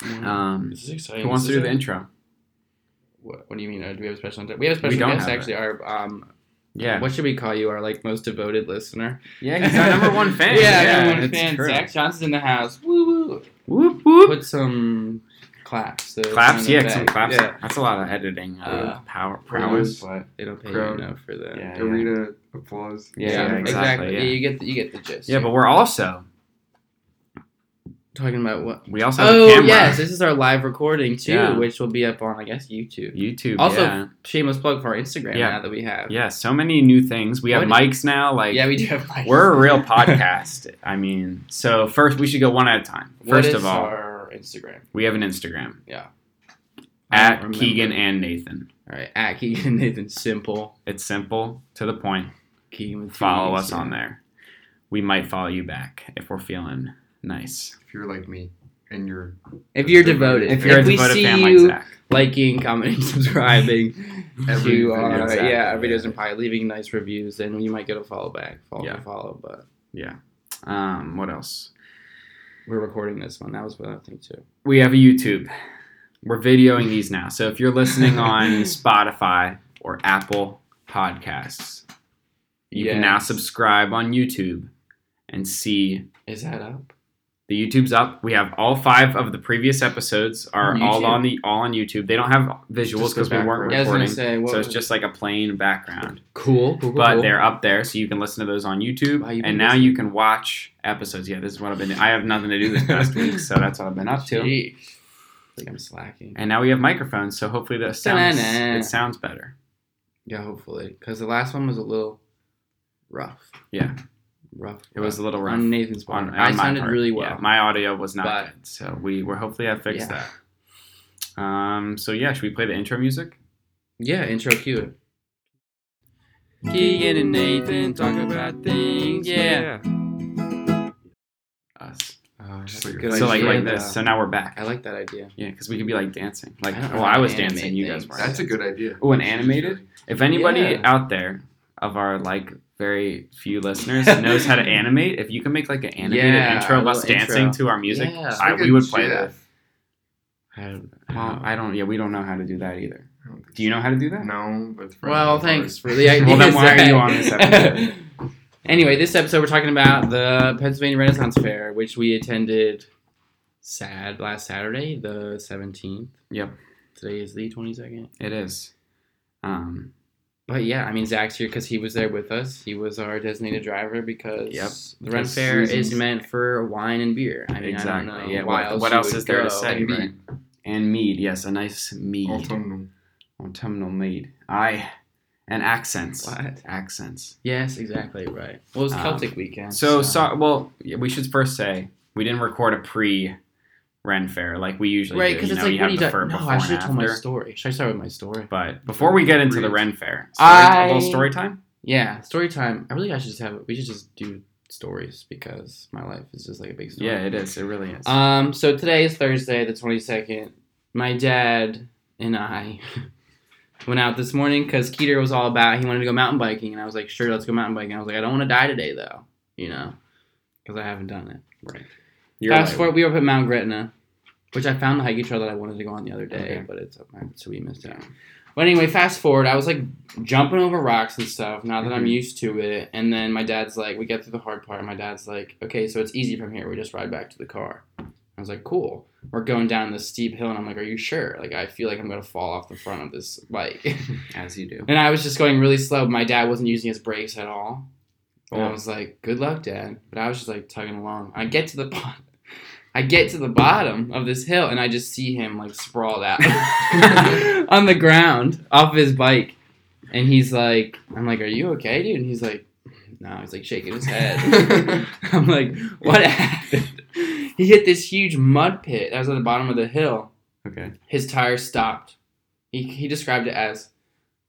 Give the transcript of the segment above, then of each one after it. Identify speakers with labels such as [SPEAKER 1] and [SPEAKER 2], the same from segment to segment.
[SPEAKER 1] Mm-hmm.
[SPEAKER 2] Um,
[SPEAKER 1] This is exciting.
[SPEAKER 2] who wants to
[SPEAKER 1] This
[SPEAKER 2] do
[SPEAKER 1] is
[SPEAKER 2] the
[SPEAKER 1] a-
[SPEAKER 2] intro?
[SPEAKER 1] What, what do you mean? Uh, Do we have a special? intro? We have a special
[SPEAKER 2] don't
[SPEAKER 1] guest
[SPEAKER 2] have it.
[SPEAKER 1] actually. Our um,
[SPEAKER 2] Yeah,
[SPEAKER 1] what should we call you? Our like most devoted listener.
[SPEAKER 2] yeah, he's our number one fan.
[SPEAKER 1] yeah, number one
[SPEAKER 2] it's
[SPEAKER 1] fan.
[SPEAKER 2] true.
[SPEAKER 1] Zach Johnson's in the house. Woo woo.
[SPEAKER 2] Whoop whoop.
[SPEAKER 1] Put some claps. so it's
[SPEAKER 2] Claps,
[SPEAKER 1] on the
[SPEAKER 2] yeah,
[SPEAKER 1] back.
[SPEAKER 2] some claps.
[SPEAKER 1] Yeah.
[SPEAKER 2] That's a lot of editing uh, power prowess.
[SPEAKER 3] But
[SPEAKER 1] They don't pay
[SPEAKER 3] Crowd.
[SPEAKER 1] you enough for that.
[SPEAKER 2] Yeah, yeah.
[SPEAKER 3] arena applause.
[SPEAKER 2] Yeah,
[SPEAKER 3] sound
[SPEAKER 2] exactly,
[SPEAKER 3] effects.
[SPEAKER 2] yeah.
[SPEAKER 1] you get the, you get the gist.
[SPEAKER 2] Yeah, but we're also
[SPEAKER 1] talking about what?
[SPEAKER 2] we also have a
[SPEAKER 1] Oh
[SPEAKER 2] camera.
[SPEAKER 1] yes, this is our live recording too,
[SPEAKER 2] Yeah.
[SPEAKER 1] which will be up on I guess YouTube.
[SPEAKER 2] YouTube.
[SPEAKER 1] Also,
[SPEAKER 2] yeah.
[SPEAKER 1] shameless plug for our Instagram
[SPEAKER 2] Yeah.
[SPEAKER 1] now that we have.
[SPEAKER 2] yeah, so many new things. We have
[SPEAKER 1] What-
[SPEAKER 2] mics now. Like
[SPEAKER 1] yeah, we do have. mics.
[SPEAKER 2] We're a real podcast. I mean, so first we should go one at a time.
[SPEAKER 1] What
[SPEAKER 2] First
[SPEAKER 1] is
[SPEAKER 2] of all,
[SPEAKER 1] our Instagram.
[SPEAKER 2] we have an Instagram
[SPEAKER 1] I don't
[SPEAKER 2] at
[SPEAKER 1] remember.
[SPEAKER 2] Keegan and Nathan.
[SPEAKER 1] All right, at Keegan Nathan Simple.
[SPEAKER 2] It's simple to the point.
[SPEAKER 1] Keegan with two
[SPEAKER 2] Follow
[SPEAKER 1] E's,
[SPEAKER 2] us on
[SPEAKER 1] yeah.
[SPEAKER 2] there. We might follow you back if we're feeling nice.
[SPEAKER 3] If you're like me and you're
[SPEAKER 1] If you're devoted,
[SPEAKER 2] If you're a
[SPEAKER 1] we
[SPEAKER 2] devoted
[SPEAKER 1] see
[SPEAKER 2] fan
[SPEAKER 1] you
[SPEAKER 2] like Zach,
[SPEAKER 1] liking, commenting, subscribing
[SPEAKER 3] Every
[SPEAKER 1] to
[SPEAKER 3] video,
[SPEAKER 1] our
[SPEAKER 2] exactly,
[SPEAKER 1] yeah, our videos
[SPEAKER 2] yeah.
[SPEAKER 1] and probably leaving nice reviews, then you might get a follow back, follow
[SPEAKER 2] Yeah.
[SPEAKER 1] follow. But
[SPEAKER 2] yeah. Um, what else?
[SPEAKER 1] we're recording this one. That was what I think too.
[SPEAKER 2] We have a YouTube. We're videoing these now. So if you're listening on Spotify or Apple Podcasts, you can now
[SPEAKER 1] Yes.
[SPEAKER 2] subscribe on YouTube and see
[SPEAKER 1] Is that up?
[SPEAKER 2] The YouTube's up. We have all five of the previous episodes are
[SPEAKER 1] On
[SPEAKER 2] all
[SPEAKER 1] YouTube?
[SPEAKER 2] on the all on YouTube. They don't have visuals
[SPEAKER 3] Just go
[SPEAKER 2] because we weren't
[SPEAKER 3] backwards.
[SPEAKER 1] Yeah, I was gonna
[SPEAKER 2] recording,
[SPEAKER 1] say. What
[SPEAKER 2] so it's
[SPEAKER 1] was-
[SPEAKER 2] just like a plain background.
[SPEAKER 1] cool, cool, cool,
[SPEAKER 2] But
[SPEAKER 1] cool.
[SPEAKER 2] they're up there, so you can listen to those on YouTube,
[SPEAKER 1] Wow, you've been
[SPEAKER 2] and now you can watch episodes. Yeah, this is what I've been. doing. I have nothing to do this past week, so that's what I've been up to.
[SPEAKER 1] Jeez. I think I'm slacking.
[SPEAKER 2] And now we have microphones, so hopefully that sounds
[SPEAKER 1] Ta-na-na.
[SPEAKER 2] it sounds better.
[SPEAKER 1] Yeah, hopefully, because the last one was a little rough.
[SPEAKER 2] Yeah,
[SPEAKER 1] Rough.
[SPEAKER 2] it was a
[SPEAKER 1] rough.
[SPEAKER 2] little rough.
[SPEAKER 1] on Nathan's
[SPEAKER 2] on-
[SPEAKER 1] part.
[SPEAKER 2] on
[SPEAKER 1] I
[SPEAKER 2] my
[SPEAKER 1] sounded
[SPEAKER 2] part.
[SPEAKER 1] really
[SPEAKER 2] Yeah,
[SPEAKER 1] well.
[SPEAKER 2] my audio was not
[SPEAKER 1] But-
[SPEAKER 2] good, so we we're hopefully I fixed
[SPEAKER 1] Yeah.
[SPEAKER 2] that. Um. So yeah, should we play the intro music?
[SPEAKER 1] Yeah, intro cue. Keegan and Nathan talk about things. Yeah.
[SPEAKER 2] Us.
[SPEAKER 3] Just like-
[SPEAKER 2] so like
[SPEAKER 3] idea,
[SPEAKER 2] like this. So now we're back.
[SPEAKER 1] I like that idea.
[SPEAKER 2] yeah, because we could be like dancing. Like
[SPEAKER 1] I don't
[SPEAKER 2] well,
[SPEAKER 1] know how
[SPEAKER 2] I was
[SPEAKER 1] to animate
[SPEAKER 2] dancing, you guys
[SPEAKER 1] things.
[SPEAKER 2] were.
[SPEAKER 3] that's a good idea.
[SPEAKER 2] Oh, and animated. If anybody
[SPEAKER 1] Yeah.
[SPEAKER 2] out there of our like very few listeners knows how to animate, if you can make like an animated
[SPEAKER 1] Yeah,
[SPEAKER 2] intro
[SPEAKER 1] a
[SPEAKER 2] of us
[SPEAKER 1] little
[SPEAKER 2] dancing
[SPEAKER 1] intro.
[SPEAKER 2] to our music,
[SPEAKER 1] Yeah.
[SPEAKER 2] I, we would play that.
[SPEAKER 1] I don't,
[SPEAKER 2] Well, I don't. Yeah, we don't know how to do that either.
[SPEAKER 3] that.
[SPEAKER 2] Do you know how to do that?
[SPEAKER 3] No, but it's
[SPEAKER 1] well,
[SPEAKER 3] probably-
[SPEAKER 1] thanks for the idea.
[SPEAKER 2] Well, then why are you on this
[SPEAKER 1] Zach.
[SPEAKER 2] episode?
[SPEAKER 1] anyway, this episode we're talking about the Pennsylvania Renaissance Fair, which we attended sad last Saturday, the 17th.
[SPEAKER 2] Yep,
[SPEAKER 1] Today is the 22nd.
[SPEAKER 2] it is. Um,
[SPEAKER 1] But yeah, I mean Zach's here because he was there with us. He was our designated driver because
[SPEAKER 2] Yep.
[SPEAKER 1] the Ren
[SPEAKER 2] Just
[SPEAKER 1] Fair is
[SPEAKER 2] reasons.
[SPEAKER 1] meant for wine and beer. I mean, I don't know
[SPEAKER 2] exactly. Yeah.
[SPEAKER 1] why
[SPEAKER 2] What,
[SPEAKER 1] else
[SPEAKER 2] what
[SPEAKER 1] you
[SPEAKER 2] else
[SPEAKER 1] would
[SPEAKER 2] is there
[SPEAKER 1] go.
[SPEAKER 2] to say?
[SPEAKER 1] And be-
[SPEAKER 2] right? And mead. Yes, a nice mead.
[SPEAKER 3] Autumnal.
[SPEAKER 2] Autumnal mead. I and accents.
[SPEAKER 1] What?
[SPEAKER 2] Accents.
[SPEAKER 1] Yes, exactly right. Well, it was
[SPEAKER 2] Um,
[SPEAKER 1] Celtic weekend.
[SPEAKER 2] So, so well, yeah, we should first say we didn't record a pre Ren fair like we usually
[SPEAKER 1] right
[SPEAKER 2] do.
[SPEAKER 1] because
[SPEAKER 2] You
[SPEAKER 1] it's
[SPEAKER 2] know,
[SPEAKER 1] like
[SPEAKER 2] you
[SPEAKER 1] what
[SPEAKER 2] have
[SPEAKER 1] do you
[SPEAKER 2] the
[SPEAKER 1] do?
[SPEAKER 2] fir
[SPEAKER 1] No,
[SPEAKER 2] before
[SPEAKER 1] I
[SPEAKER 2] and
[SPEAKER 1] should have told my
[SPEAKER 2] after.
[SPEAKER 1] story. Should I start with my story?
[SPEAKER 2] But before we get into the
[SPEAKER 3] Read.
[SPEAKER 2] Ren fair, story,
[SPEAKER 1] I-
[SPEAKER 2] a little story time.
[SPEAKER 1] Yeah, story time. I really I should just have. We should just do stories because my life is just like a big story.
[SPEAKER 2] Yeah, it is. It really is.
[SPEAKER 1] Um, so today is Thursday, the 22nd. My dad and I went out this morning because Keter was all about he wanted to go mountain biking, and I was like, sure, let's go mountain biking. I was like, I don't want to die today though, you know, because I haven't done it.
[SPEAKER 2] right.
[SPEAKER 1] Fast forward, we were up at Mount Gretna, which I found the hiking trail that I wanted to go on the other day,
[SPEAKER 2] Okay.
[SPEAKER 1] but it's up my so we missed out. But anyway, fast forward, I was like jumping over rocks and stuff. Now that I'm
[SPEAKER 2] Mhm.
[SPEAKER 1] used to it, and then my dad's like, we get through the hard part. And my dad's like, okay, so it's easy from here. We just ride back to the car. I was like, cool. We're going down this steep hill, and I'm like, are you sure? Like, I feel like I'm gonna fall off the front of this bike.
[SPEAKER 2] as you do.
[SPEAKER 1] And I was just going really slow. My dad wasn't using his brakes at all. And I
[SPEAKER 2] Oh.
[SPEAKER 1] was like, good luck, dad. But I was just like tugging along. I get to the bottom. I get to the bottom of this hill and I just see him like sprawled out on the ground off his bike. And he's like, I'm like, are you okay, dude? And he's like, no. He's like shaking his head. I'm like, what happened? He hit this huge mud pit that was at the bottom of the hill
[SPEAKER 2] Okay.
[SPEAKER 1] his tire stopped. He, he described it as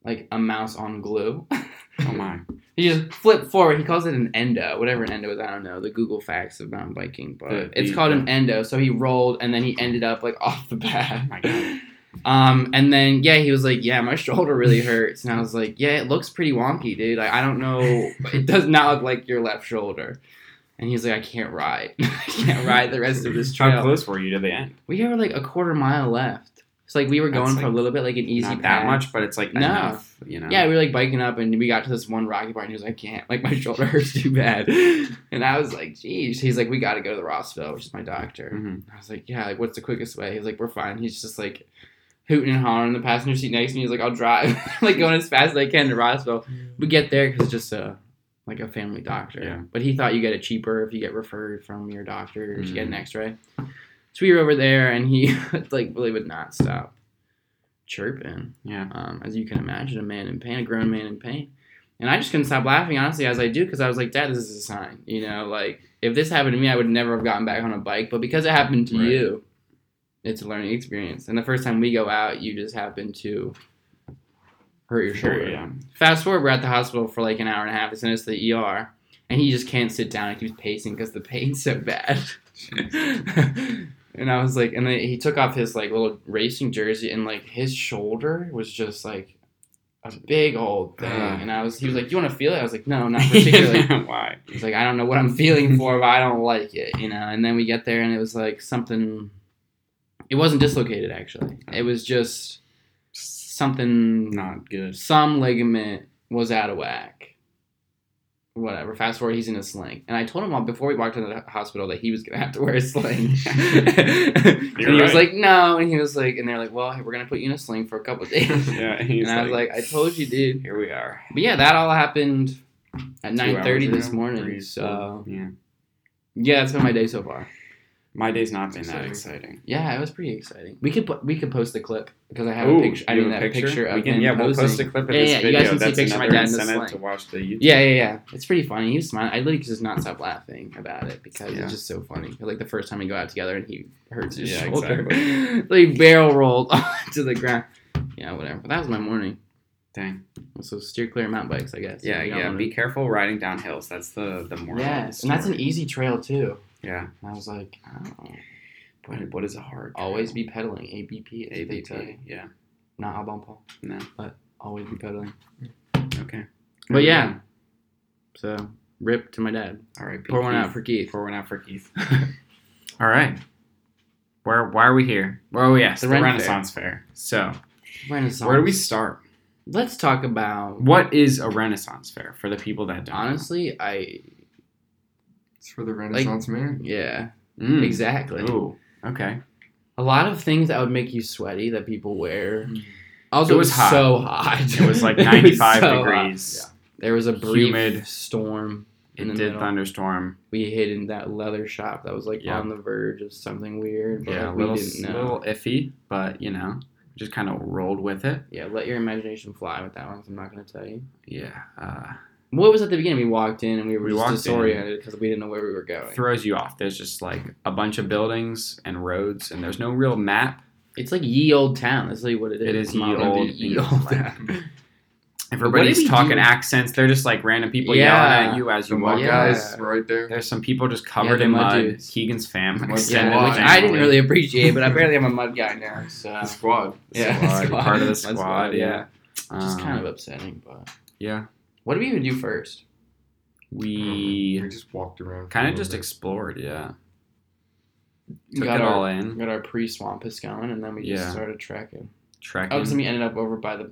[SPEAKER 1] like a mouse on glue.
[SPEAKER 2] Oh my.
[SPEAKER 1] he just flipped forward. He calls it an endo, whatever an endo is. I don't know the Google facts of mountain biking, but
[SPEAKER 2] The-
[SPEAKER 1] it's
[SPEAKER 2] the-
[SPEAKER 1] called an endo. So he rolled and then he ended up like off the path.
[SPEAKER 2] Oh My God.
[SPEAKER 1] Um, and then yeah, he was like, "Yeah, my shoulder really hurts," and I was like, "Yeah, it looks pretty wonky, dude. Like I don't know, it does not look like your left shoulder." and he's like, I can't ride. I can't ride the rest of this
[SPEAKER 2] How
[SPEAKER 1] trail.
[SPEAKER 2] close were you to the end?
[SPEAKER 1] We have like a quarter mile left. It's like we were
[SPEAKER 2] That's,
[SPEAKER 1] going for a
[SPEAKER 2] like,
[SPEAKER 1] little bit, like an easy path.
[SPEAKER 2] Not that much, but it's like
[SPEAKER 1] No.
[SPEAKER 2] enough. You know.
[SPEAKER 1] Yeah, we were like biking up, and we got to this one rocky part, and he was like, "I can't, like my shoulder hurts too bad," and I was like, "Geez." He's like, "We got to go to the Rossville, which is my doctor."
[SPEAKER 2] Mhm.
[SPEAKER 1] I was like, "Yeah, like what's the quickest way?" He's like, "We're fine." He's just like hooting and hollering in the passenger seat next to me. He's like, "I'll drive," like going as fast as I can to Rossville. We get there because it's just a like a family doctor,
[SPEAKER 2] Yeah.
[SPEAKER 1] but he thought you get it cheaper if you get referred from your doctor or if you get an
[SPEAKER 2] Mm.
[SPEAKER 1] X-ray. So we were over there, and he like really would not stop chirping
[SPEAKER 2] Yeah.
[SPEAKER 1] um, as you can imagine, a man in pain, a grown man in pain. And I just couldn't stop laughing, honestly, as I do, because I was like, Dad, this is a sign. You know, like, if this happened to me, I would never have gotten back on a bike. But because it happened to
[SPEAKER 2] Right.
[SPEAKER 1] you, it's a learning experience. And the first time we go out, you just happen to hurt your shoulder.
[SPEAKER 2] Sure. Yeah.
[SPEAKER 1] Fast forward, we're at the hospital for like an hour and a half. They sent us to the ER, and he just can't sit down. He keeps pacing because the pain's so bad. and I was like, and then he took off his like little racing jersey, and like his shoulder was just like a big old thing.
[SPEAKER 2] Ugh.
[SPEAKER 1] And I was, he was like, "You want to feel it?" I was like, "No, not particularly."
[SPEAKER 2] Why?
[SPEAKER 1] He's like, "I don't know what I'm feeling for, but I don't like it," you know. And then we get there, and it was like something. It wasn't dislocated actually. It was just something
[SPEAKER 2] Not good.
[SPEAKER 1] some ligament was out of whack. Whatever. Fast forward, he's in a sling, and I told him all before we walked into the hospital that he was gonna have to wear a sling. and he
[SPEAKER 2] You're
[SPEAKER 1] was
[SPEAKER 2] right.
[SPEAKER 1] like, "No," and he was like, and they're like, "Well, we're gonna put you in a sling for a couple days."
[SPEAKER 2] Yeah. He's
[SPEAKER 1] and I was like, "I told you, dude."
[SPEAKER 2] Here we are.
[SPEAKER 1] But yeah, that all happened at
[SPEAKER 2] Two hours
[SPEAKER 1] nine thirty this
[SPEAKER 2] ago, three,
[SPEAKER 1] morning.
[SPEAKER 2] four.
[SPEAKER 1] So
[SPEAKER 2] yeah,
[SPEAKER 1] yeah, that's been my day so far.
[SPEAKER 2] my day's not been that
[SPEAKER 3] Exciting.
[SPEAKER 2] exciting.
[SPEAKER 1] Yeah, it was pretty exciting. We could put, we could post the clip because I have
[SPEAKER 2] Ooh,
[SPEAKER 1] a picture. I
[SPEAKER 2] you
[SPEAKER 1] mean
[SPEAKER 2] have
[SPEAKER 1] that
[SPEAKER 2] a
[SPEAKER 1] picture, of
[SPEAKER 2] we can,
[SPEAKER 1] him
[SPEAKER 2] yeah, we'll
[SPEAKER 1] posing.
[SPEAKER 2] post a clip of
[SPEAKER 1] Yeah,
[SPEAKER 2] this
[SPEAKER 1] yeah, you
[SPEAKER 2] video.
[SPEAKER 1] guys can see a
[SPEAKER 2] That's
[SPEAKER 1] picture of my
[SPEAKER 2] another
[SPEAKER 1] dad in the
[SPEAKER 2] incentive to
[SPEAKER 1] sling.
[SPEAKER 2] watch the YouTube.
[SPEAKER 1] Yeah, yeah, yeah. It's pretty funny. He was smiling. I literally could just not stop laughing about it because
[SPEAKER 3] Yeah.
[SPEAKER 1] it's just so funny. Like the first time we go out together and he hurts his
[SPEAKER 2] Yeah,
[SPEAKER 1] shoulder. like barrel rolled to the ground. Yeah, whatever. But that was my morning.
[SPEAKER 2] Dang.
[SPEAKER 1] So steer clear of mountain bikes, I guess.
[SPEAKER 2] Yeah,
[SPEAKER 1] You
[SPEAKER 2] yeah.
[SPEAKER 1] don't wanna-
[SPEAKER 2] Be careful riding down hills. That's the the moral. of
[SPEAKER 1] yeah,
[SPEAKER 2] the
[SPEAKER 1] and that's an e-
[SPEAKER 2] story.
[SPEAKER 1] easy trail too.
[SPEAKER 2] yeah.
[SPEAKER 1] And I was like, oh,
[SPEAKER 2] But what is a hard?
[SPEAKER 1] always be pedaling. ABP. Is what they tell you.
[SPEAKER 2] ABP. Yeah.
[SPEAKER 1] Not a bump Paul.
[SPEAKER 2] No.
[SPEAKER 1] But always be pedaling.
[SPEAKER 2] Okay.
[SPEAKER 1] But yeah. So rip to my dad.
[SPEAKER 2] All right.
[SPEAKER 1] Pour one out for Keith.
[SPEAKER 2] Pour one out for Keith. All right. Where? Why are we here? Oh yes,
[SPEAKER 1] The
[SPEAKER 2] the,
[SPEAKER 1] Ren Fair.
[SPEAKER 2] Renaissance Fair. So
[SPEAKER 1] Renaissance.
[SPEAKER 2] where do we start?
[SPEAKER 1] Let's talk about
[SPEAKER 2] What is a Renaissance Fair for the people that don't? know?
[SPEAKER 1] Honestly, I
[SPEAKER 3] It's for the Renaissance man.
[SPEAKER 1] yeah,
[SPEAKER 2] Mm.
[SPEAKER 1] exactly.
[SPEAKER 2] Ooh. Okay.
[SPEAKER 1] A lot of things that would make you sweaty that people wear.
[SPEAKER 3] Mm.
[SPEAKER 1] Also,
[SPEAKER 2] It
[SPEAKER 1] it
[SPEAKER 2] was
[SPEAKER 1] was
[SPEAKER 2] hot.
[SPEAKER 1] so hot.
[SPEAKER 2] It was like
[SPEAKER 1] It was
[SPEAKER 2] 95
[SPEAKER 1] so hot.
[SPEAKER 2] degrees.
[SPEAKER 1] There was a brief
[SPEAKER 2] Humid.
[SPEAKER 1] storm. In
[SPEAKER 2] It
[SPEAKER 1] the
[SPEAKER 2] did
[SPEAKER 1] middle.
[SPEAKER 2] thunderstorm.
[SPEAKER 1] We hid in that leather shop that was like
[SPEAKER 2] Yeah.
[SPEAKER 1] on the verge of something weird. But
[SPEAKER 2] Yeah,
[SPEAKER 1] like,
[SPEAKER 2] a little,
[SPEAKER 1] we didn't know.
[SPEAKER 2] little iffy, but you know, just kind of rolled with it.
[SPEAKER 1] Yeah, let your imagination fly with that one. 'cause I'm not gonna tell you.
[SPEAKER 2] Yeah, uh,
[SPEAKER 1] What was at the beginning? We walked in and we were
[SPEAKER 2] We
[SPEAKER 1] just
[SPEAKER 2] walked in.
[SPEAKER 1] disoriented because we didn't know where we were going.
[SPEAKER 2] throws you off. There's just like a bunch of buildings and roads, and there's no real map.
[SPEAKER 1] It's like ye old town. That's really what it is.
[SPEAKER 2] It is
[SPEAKER 1] It's not
[SPEAKER 2] ye
[SPEAKER 1] gonna be
[SPEAKER 2] olde
[SPEAKER 1] ye
[SPEAKER 2] England,
[SPEAKER 1] old
[SPEAKER 2] like-
[SPEAKER 1] town. we
[SPEAKER 2] Everybody's
[SPEAKER 1] do?
[SPEAKER 2] talking accents. They're just like random people yelling
[SPEAKER 1] Yeah.
[SPEAKER 2] at you as
[SPEAKER 3] The
[SPEAKER 2] you
[SPEAKER 3] mud
[SPEAKER 2] walk.
[SPEAKER 1] Yeah.
[SPEAKER 3] guys were right there.
[SPEAKER 2] There's some people just
[SPEAKER 1] Yeah,
[SPEAKER 2] covered
[SPEAKER 1] the
[SPEAKER 2] in
[SPEAKER 1] mud
[SPEAKER 2] mud.
[SPEAKER 1] dudes.
[SPEAKER 2] Keegan's fam.
[SPEAKER 3] Mud
[SPEAKER 2] extended
[SPEAKER 1] Yeah,
[SPEAKER 3] Squad.
[SPEAKER 1] which I didn't
[SPEAKER 2] family.
[SPEAKER 1] really appreciate, but apparently I'm a mud guy now, so
[SPEAKER 3] The squad.
[SPEAKER 2] The
[SPEAKER 1] Yeah,
[SPEAKER 2] squad,
[SPEAKER 1] squad.
[SPEAKER 2] part of the
[SPEAKER 1] Mud
[SPEAKER 2] squad.
[SPEAKER 1] squad,
[SPEAKER 2] yeah,
[SPEAKER 1] just kind of
[SPEAKER 2] Um,
[SPEAKER 1] upsetting. But
[SPEAKER 2] yeah.
[SPEAKER 1] what do we even do first?
[SPEAKER 2] We
[SPEAKER 3] We just walked around.
[SPEAKER 2] kind of just explored. Yeah,
[SPEAKER 1] We
[SPEAKER 2] took
[SPEAKER 1] got
[SPEAKER 2] it
[SPEAKER 1] our
[SPEAKER 2] all in.
[SPEAKER 1] we got our pre swampus going, and then we just
[SPEAKER 2] Yeah.
[SPEAKER 1] started trekking.
[SPEAKER 2] Trekking.
[SPEAKER 1] Oh, so we ended up over by the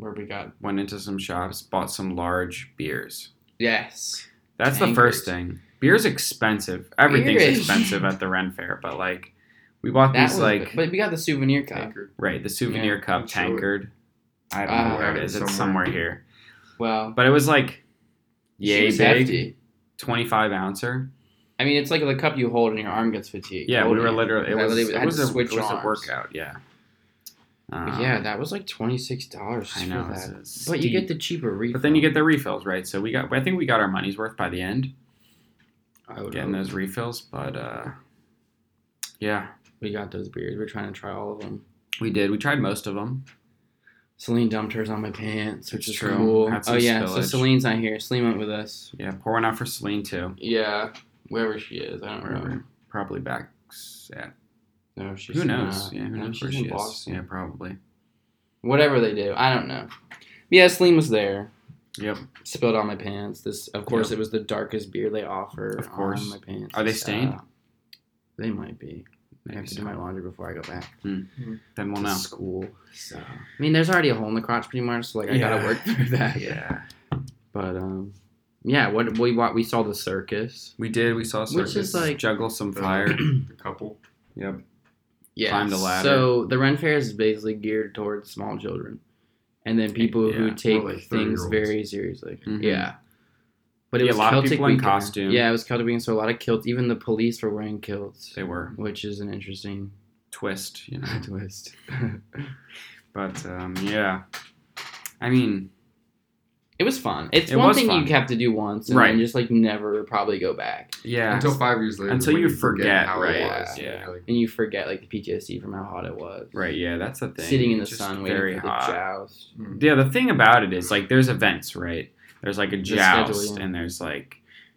[SPEAKER 1] where we got
[SPEAKER 2] went into some shops, bought some large beers.
[SPEAKER 1] yes.
[SPEAKER 2] That's the first thing. Beer's expensive. Everything's
[SPEAKER 1] Beer is-
[SPEAKER 2] expensive at the Ren Fair, but like we bought
[SPEAKER 1] That
[SPEAKER 2] these
[SPEAKER 1] was
[SPEAKER 2] like
[SPEAKER 1] but we got the souvenir cup.
[SPEAKER 3] Anchored.
[SPEAKER 2] right the souvenir
[SPEAKER 1] Yeah,
[SPEAKER 2] cup
[SPEAKER 3] I'm sure.
[SPEAKER 2] tankard. I don't
[SPEAKER 1] Ah.
[SPEAKER 2] know where it is. It's
[SPEAKER 3] Somewhere.
[SPEAKER 2] somewhere here,
[SPEAKER 1] Well,
[SPEAKER 2] but it was like
[SPEAKER 1] she
[SPEAKER 2] yay
[SPEAKER 1] was
[SPEAKER 2] big,
[SPEAKER 1] hefty.
[SPEAKER 2] twenty five ouncer.
[SPEAKER 1] I mean, it's like the cup you hold and your arm gets fatigued.
[SPEAKER 2] Yeah, we
[SPEAKER 1] holding
[SPEAKER 2] were
[SPEAKER 1] it.
[SPEAKER 2] literally it
[SPEAKER 1] I
[SPEAKER 2] was
[SPEAKER 1] literally
[SPEAKER 2] it
[SPEAKER 1] had
[SPEAKER 2] was,
[SPEAKER 1] to
[SPEAKER 2] a,
[SPEAKER 1] switch
[SPEAKER 2] it was a
[SPEAKER 1] arms.
[SPEAKER 2] workout. Yeah.
[SPEAKER 1] But
[SPEAKER 2] Um,
[SPEAKER 1] yeah, that was like twenty six dollars for
[SPEAKER 2] I know.
[SPEAKER 1] that.
[SPEAKER 2] it's
[SPEAKER 1] But you
[SPEAKER 2] steep.
[SPEAKER 1] get the cheaper refill.
[SPEAKER 2] but then you get the refills, right? So we got I think we got our money's worth by the end
[SPEAKER 1] I would
[SPEAKER 2] getting
[SPEAKER 1] hope.
[SPEAKER 2] those refills, but uh yeah.
[SPEAKER 1] we got those beers. We are trying to try all of them.
[SPEAKER 2] We did. We tried most of them.
[SPEAKER 1] Celine dumped hers on my pants, which
[SPEAKER 2] That's
[SPEAKER 1] is
[SPEAKER 2] true.
[SPEAKER 1] cool.
[SPEAKER 2] Had some
[SPEAKER 1] Oh yeah, so
[SPEAKER 2] spillage.
[SPEAKER 1] Celine's not here. Celine went with us.
[SPEAKER 2] Yeah, pour one out for Celine too.
[SPEAKER 1] Yeah, wherever she is, I don't remember.
[SPEAKER 2] Wherever. Probably back. s- Yeah.
[SPEAKER 1] No, she's
[SPEAKER 2] Who
[SPEAKER 1] in,
[SPEAKER 2] knows?
[SPEAKER 1] uh,
[SPEAKER 2] Yeah, who
[SPEAKER 1] no,
[SPEAKER 2] knows
[SPEAKER 1] she's
[SPEAKER 2] where
[SPEAKER 1] in
[SPEAKER 2] she is?
[SPEAKER 1] Boston.
[SPEAKER 2] Yeah, probably.
[SPEAKER 1] Whatever they do, I don't know. But yeah, Celine was there.
[SPEAKER 2] Yep.
[SPEAKER 1] Spilled on my pants. This, of course,
[SPEAKER 2] Yep.
[SPEAKER 1] it was the darkest beer they offer.
[SPEAKER 2] Of course.
[SPEAKER 1] on my pants.
[SPEAKER 2] Are they
[SPEAKER 1] Uh,
[SPEAKER 2] stained?
[SPEAKER 1] they might be. I have
[SPEAKER 2] Maybe
[SPEAKER 1] to
[SPEAKER 2] so.
[SPEAKER 1] do my laundry before I go back
[SPEAKER 2] Then we'll
[SPEAKER 1] to
[SPEAKER 2] know.
[SPEAKER 1] school. So I mean, there's already a hole in the crotch, pretty much. So like, I
[SPEAKER 2] Yeah.
[SPEAKER 1] gotta work through that.
[SPEAKER 2] Yeah.
[SPEAKER 1] But um, yeah. What we wa- we saw the circus.
[SPEAKER 2] We did. We saw circus.
[SPEAKER 1] Which is like-
[SPEAKER 2] juggle some
[SPEAKER 3] The-
[SPEAKER 2] fire.
[SPEAKER 3] The couple.
[SPEAKER 2] yep.
[SPEAKER 1] Yeah.
[SPEAKER 2] Climbed a ladder.
[SPEAKER 1] So the Ren Fair is basically geared towards small children, and then people
[SPEAKER 2] Yeah,
[SPEAKER 1] who take
[SPEAKER 3] like
[SPEAKER 1] things
[SPEAKER 3] three-year-olds.
[SPEAKER 1] very seriously.
[SPEAKER 2] Mhm.
[SPEAKER 1] Yeah. But it
[SPEAKER 2] Yeah,
[SPEAKER 1] was
[SPEAKER 2] a lot of
[SPEAKER 1] Celtic
[SPEAKER 2] people in
[SPEAKER 1] weekend.
[SPEAKER 2] costume.
[SPEAKER 1] Yeah, it was Celtic weekend, so a lot of kilts. Even the police were wearing kilts,
[SPEAKER 2] They were
[SPEAKER 1] which is an interesting
[SPEAKER 2] twist, you know.
[SPEAKER 1] twist.
[SPEAKER 2] But um, yeah. I mean,
[SPEAKER 1] It was fun. It's
[SPEAKER 2] It
[SPEAKER 1] one
[SPEAKER 2] was
[SPEAKER 1] thing
[SPEAKER 2] fun.
[SPEAKER 1] you have to do once, and
[SPEAKER 2] Right.
[SPEAKER 1] then just like never probably go back,
[SPEAKER 2] yeah.
[SPEAKER 3] Until five years later.
[SPEAKER 2] Until
[SPEAKER 3] when
[SPEAKER 2] you forget,
[SPEAKER 3] how
[SPEAKER 1] right,
[SPEAKER 3] it was.
[SPEAKER 2] yeah.
[SPEAKER 3] You're like,
[SPEAKER 1] and you forget like the PTSD from how hot it was.
[SPEAKER 2] right. Yeah, that's the thing.
[SPEAKER 1] Sitting in the
[SPEAKER 2] Just
[SPEAKER 1] sun,
[SPEAKER 2] very
[SPEAKER 1] waiting for
[SPEAKER 2] hot.
[SPEAKER 1] the joust.
[SPEAKER 3] mm.
[SPEAKER 2] Yeah, the thing about it is like there's events, right? There's like a joust
[SPEAKER 1] schedule, yeah.
[SPEAKER 2] and there's like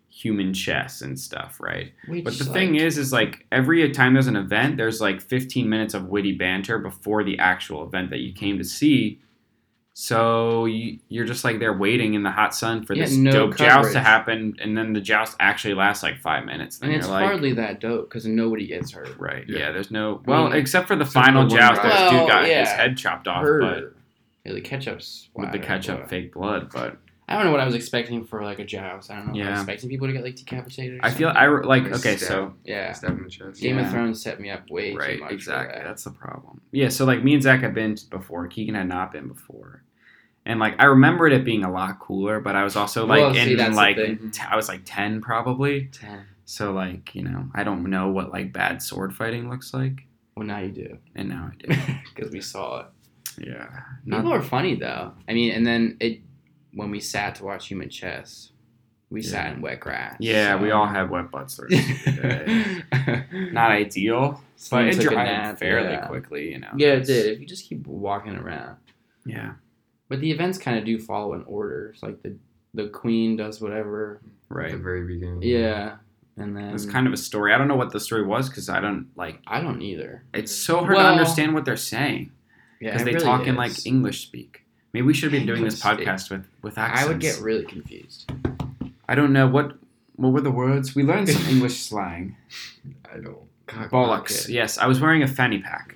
[SPEAKER 2] human chess and stuff, right?
[SPEAKER 1] Which,
[SPEAKER 2] But the thing is is like every time there's an event, there's like 15 minutes of witty banter before the actual event that you came to see. So you, you're just like there waiting in the hot sun for
[SPEAKER 1] Yeah,
[SPEAKER 2] this
[SPEAKER 1] no
[SPEAKER 2] dope joust
[SPEAKER 1] coverage.
[SPEAKER 2] to happen, and then the joust actually lasts like five minutes. Then
[SPEAKER 1] and it's
[SPEAKER 2] you're like,
[SPEAKER 1] hardly that dope because nobody gets hurt.
[SPEAKER 2] right, yeah.
[SPEAKER 3] Yeah.
[SPEAKER 2] There's no well,
[SPEAKER 1] mean,
[SPEAKER 2] except for the
[SPEAKER 3] except for
[SPEAKER 2] final
[SPEAKER 3] one
[SPEAKER 2] joust,
[SPEAKER 3] guy.
[SPEAKER 2] this dude
[SPEAKER 1] Well,
[SPEAKER 2] got his
[SPEAKER 1] yeah.
[SPEAKER 2] head chopped off, but
[SPEAKER 1] Hurt. Yeah, the ketchup
[SPEAKER 2] with the
[SPEAKER 1] splatter,
[SPEAKER 2] ketchup
[SPEAKER 1] but-
[SPEAKER 2] fake blood, but.
[SPEAKER 1] I don't know what I was expecting for like a joust. I don't know. if I
[SPEAKER 2] Yeah.
[SPEAKER 1] was expecting people to get like decapitated. Or
[SPEAKER 2] I feel
[SPEAKER 1] something.
[SPEAKER 2] I re- like
[SPEAKER 3] Like
[SPEAKER 2] okay,
[SPEAKER 3] stab.
[SPEAKER 2] so
[SPEAKER 1] Yeah.
[SPEAKER 3] Stab in the chest.
[SPEAKER 1] Game
[SPEAKER 2] Yeah.
[SPEAKER 1] of Thrones set me up way
[SPEAKER 2] right,
[SPEAKER 1] too much. for
[SPEAKER 2] exactly.
[SPEAKER 1] that.
[SPEAKER 2] That's the problem. Yeah, so like me and Zach had been before. Keegan had not been before, and like I remembered it being a lot cooler, but I was also like
[SPEAKER 1] Well,
[SPEAKER 2] in
[SPEAKER 1] see, that's the
[SPEAKER 2] like
[SPEAKER 1] thing.
[SPEAKER 2] t- I was like ten probably.
[SPEAKER 1] Ten.
[SPEAKER 2] So like you know I don't know what like bad sword fighting looks like,
[SPEAKER 1] Well, now you do
[SPEAKER 2] and now I
[SPEAKER 1] because we saw it.
[SPEAKER 2] do. yeah,
[SPEAKER 1] People
[SPEAKER 2] not
[SPEAKER 1] are funny though. I mean, and then it when we sat to watch Human Chess, we
[SPEAKER 2] Yeah.
[SPEAKER 1] sat in wet grass.
[SPEAKER 2] yeah. We
[SPEAKER 1] so-
[SPEAKER 2] all had wet butts. the rest of the day. not ideal, but
[SPEAKER 1] Someone
[SPEAKER 2] it
[SPEAKER 1] took a
[SPEAKER 2] dried
[SPEAKER 1] nap,
[SPEAKER 2] fairly
[SPEAKER 1] yeah.
[SPEAKER 2] quickly. You know.
[SPEAKER 1] Yeah, it did. If you just keep walking around,
[SPEAKER 2] Yeah.
[SPEAKER 1] but the events kind of do follow an order. It's like the the queen does whatever.
[SPEAKER 3] At
[SPEAKER 2] Right.
[SPEAKER 3] the very beginning.
[SPEAKER 1] Yeah, and then
[SPEAKER 2] It's kind of a story. I don't know what the story was because I don't like.
[SPEAKER 1] I don't either.
[SPEAKER 2] It's so hard
[SPEAKER 1] Well-
[SPEAKER 2] to understand what they're saying
[SPEAKER 1] Yeah,
[SPEAKER 2] because
[SPEAKER 1] it
[SPEAKER 2] they
[SPEAKER 1] really
[SPEAKER 2] talk in
[SPEAKER 1] is.
[SPEAKER 2] like English speak. Maybe we should be doing this
[SPEAKER 1] English speak.
[SPEAKER 2] podcast with with accents.
[SPEAKER 1] I would get really confused.
[SPEAKER 2] I don't know what what were the words. We learned some English slang.
[SPEAKER 3] I don't. God,
[SPEAKER 2] Bollocks.
[SPEAKER 1] Okay.
[SPEAKER 2] Yes, I was wearing a fanny pack,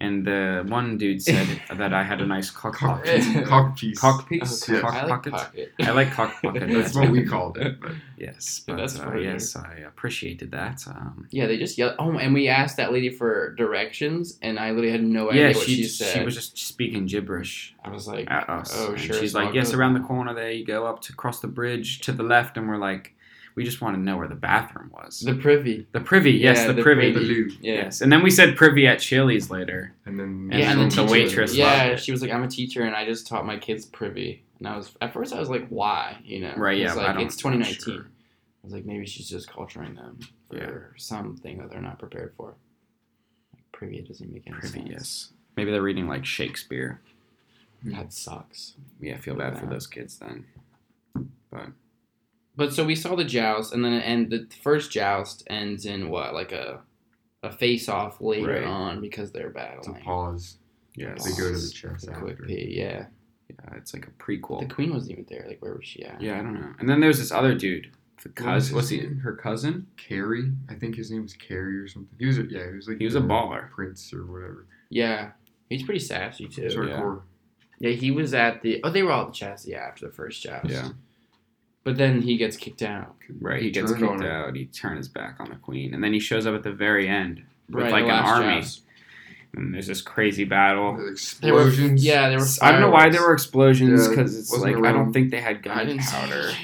[SPEAKER 2] and the one dude said that I had a nice cock
[SPEAKER 3] Cock,
[SPEAKER 2] pocket.
[SPEAKER 1] Yeah.
[SPEAKER 3] cock piece.
[SPEAKER 2] Cock piece.
[SPEAKER 3] Yeah.
[SPEAKER 2] Cock
[SPEAKER 1] Oh, I like
[SPEAKER 2] pocket.
[SPEAKER 1] pocket.
[SPEAKER 2] I like cock pocket.
[SPEAKER 3] That's what we called it. But
[SPEAKER 2] Yes,
[SPEAKER 1] Yeah,
[SPEAKER 2] but
[SPEAKER 1] that's
[SPEAKER 2] uh,
[SPEAKER 1] further.
[SPEAKER 2] yes, I appreciated that. Um,
[SPEAKER 1] Yeah, they just yell. Oh, and we asked that lady for directions, and I literally had no idea
[SPEAKER 2] yeah,
[SPEAKER 1] what
[SPEAKER 2] she
[SPEAKER 1] she,
[SPEAKER 2] she,
[SPEAKER 1] said.
[SPEAKER 2] was just speaking gibberish.
[SPEAKER 1] I was like,
[SPEAKER 2] at us.
[SPEAKER 1] Oh,
[SPEAKER 2] and
[SPEAKER 1] sure
[SPEAKER 2] She's
[SPEAKER 1] as
[SPEAKER 2] like,
[SPEAKER 1] fuck
[SPEAKER 2] yes,
[SPEAKER 1] is.
[SPEAKER 2] around the corner there. You go up to cross the bridge to the left, and we're like, we just want to know where the bathroom was. The,
[SPEAKER 1] the privy.
[SPEAKER 2] privy, yes,
[SPEAKER 1] Yeah,
[SPEAKER 2] the,
[SPEAKER 1] the
[SPEAKER 2] privy.
[SPEAKER 3] the loo.
[SPEAKER 1] Yeah.
[SPEAKER 2] Yes, and then we said privy at Chili's later.
[SPEAKER 3] And then.
[SPEAKER 2] Yeah, and then the
[SPEAKER 1] teacher-
[SPEAKER 2] waitress
[SPEAKER 1] Yeah,
[SPEAKER 2] loved it.
[SPEAKER 1] she was like, I'm a teacher, and I just taught my kids privy. And I was at first, I was like, why? You know,
[SPEAKER 2] Right,
[SPEAKER 1] It's
[SPEAKER 2] yeah,
[SPEAKER 1] like
[SPEAKER 2] I don't-
[SPEAKER 1] it's
[SPEAKER 2] I'm
[SPEAKER 1] 2019.
[SPEAKER 2] not sure.
[SPEAKER 1] I was like, maybe she's just culturing them for something that they're not prepared for. Like, privy doesn't make any
[SPEAKER 2] Privy,
[SPEAKER 1] sense.
[SPEAKER 2] yes. Maybe they're reading like Shakespeare.
[SPEAKER 1] That sucks.
[SPEAKER 2] Yeah, I feel bad for those kids then. But
[SPEAKER 1] But so we saw the joust, and then and the first joust ends in what like a a face off later
[SPEAKER 2] Right.
[SPEAKER 1] on because they're battling.
[SPEAKER 3] It's a pause.
[SPEAKER 2] yes,
[SPEAKER 3] They go to the chest
[SPEAKER 1] A quick
[SPEAKER 3] after.
[SPEAKER 1] pee, yeah.
[SPEAKER 2] yeah, it's like a prequel.
[SPEAKER 1] The queen wasn't even there. Like where was she at?
[SPEAKER 2] yeah, I don't know. And then there's this other dude. The
[SPEAKER 3] was
[SPEAKER 2] cousin,
[SPEAKER 3] his
[SPEAKER 2] was he
[SPEAKER 3] name?
[SPEAKER 2] her cousin?
[SPEAKER 3] Carrie, I think his name was Carrie or something. He was a, yeah, he was like
[SPEAKER 2] He was a
[SPEAKER 3] the
[SPEAKER 2] baller.
[SPEAKER 3] prince or whatever.
[SPEAKER 1] Yeah. He's pretty sassy too.
[SPEAKER 3] He's
[SPEAKER 2] yeah.
[SPEAKER 3] hardcore.
[SPEAKER 1] Yeah, he was at the. Oh, they were all at the chassis yeah, after the first joust.
[SPEAKER 2] Yeah.
[SPEAKER 1] But then he gets kicked out.
[SPEAKER 2] Right, he, gets
[SPEAKER 3] turned on
[SPEAKER 2] kicked
[SPEAKER 3] her.
[SPEAKER 2] out. He turned his back on the queen, and then he shows up at the very end with
[SPEAKER 1] Right,
[SPEAKER 2] like
[SPEAKER 1] the
[SPEAKER 2] an
[SPEAKER 1] last
[SPEAKER 2] army.
[SPEAKER 1] joust.
[SPEAKER 2] And there's this crazy battle.
[SPEAKER 3] The
[SPEAKER 1] There were
[SPEAKER 3] explosions.
[SPEAKER 1] yeah, there were.
[SPEAKER 2] I don't know why there were
[SPEAKER 1] fireworks.
[SPEAKER 2] explosions
[SPEAKER 3] Yeah,
[SPEAKER 2] because it's
[SPEAKER 3] wasn't
[SPEAKER 2] like
[SPEAKER 3] around.
[SPEAKER 2] I don't think they had
[SPEAKER 1] I didn't see
[SPEAKER 2] gunpowder.
[SPEAKER 1] it.
[SPEAKER 2] Uh,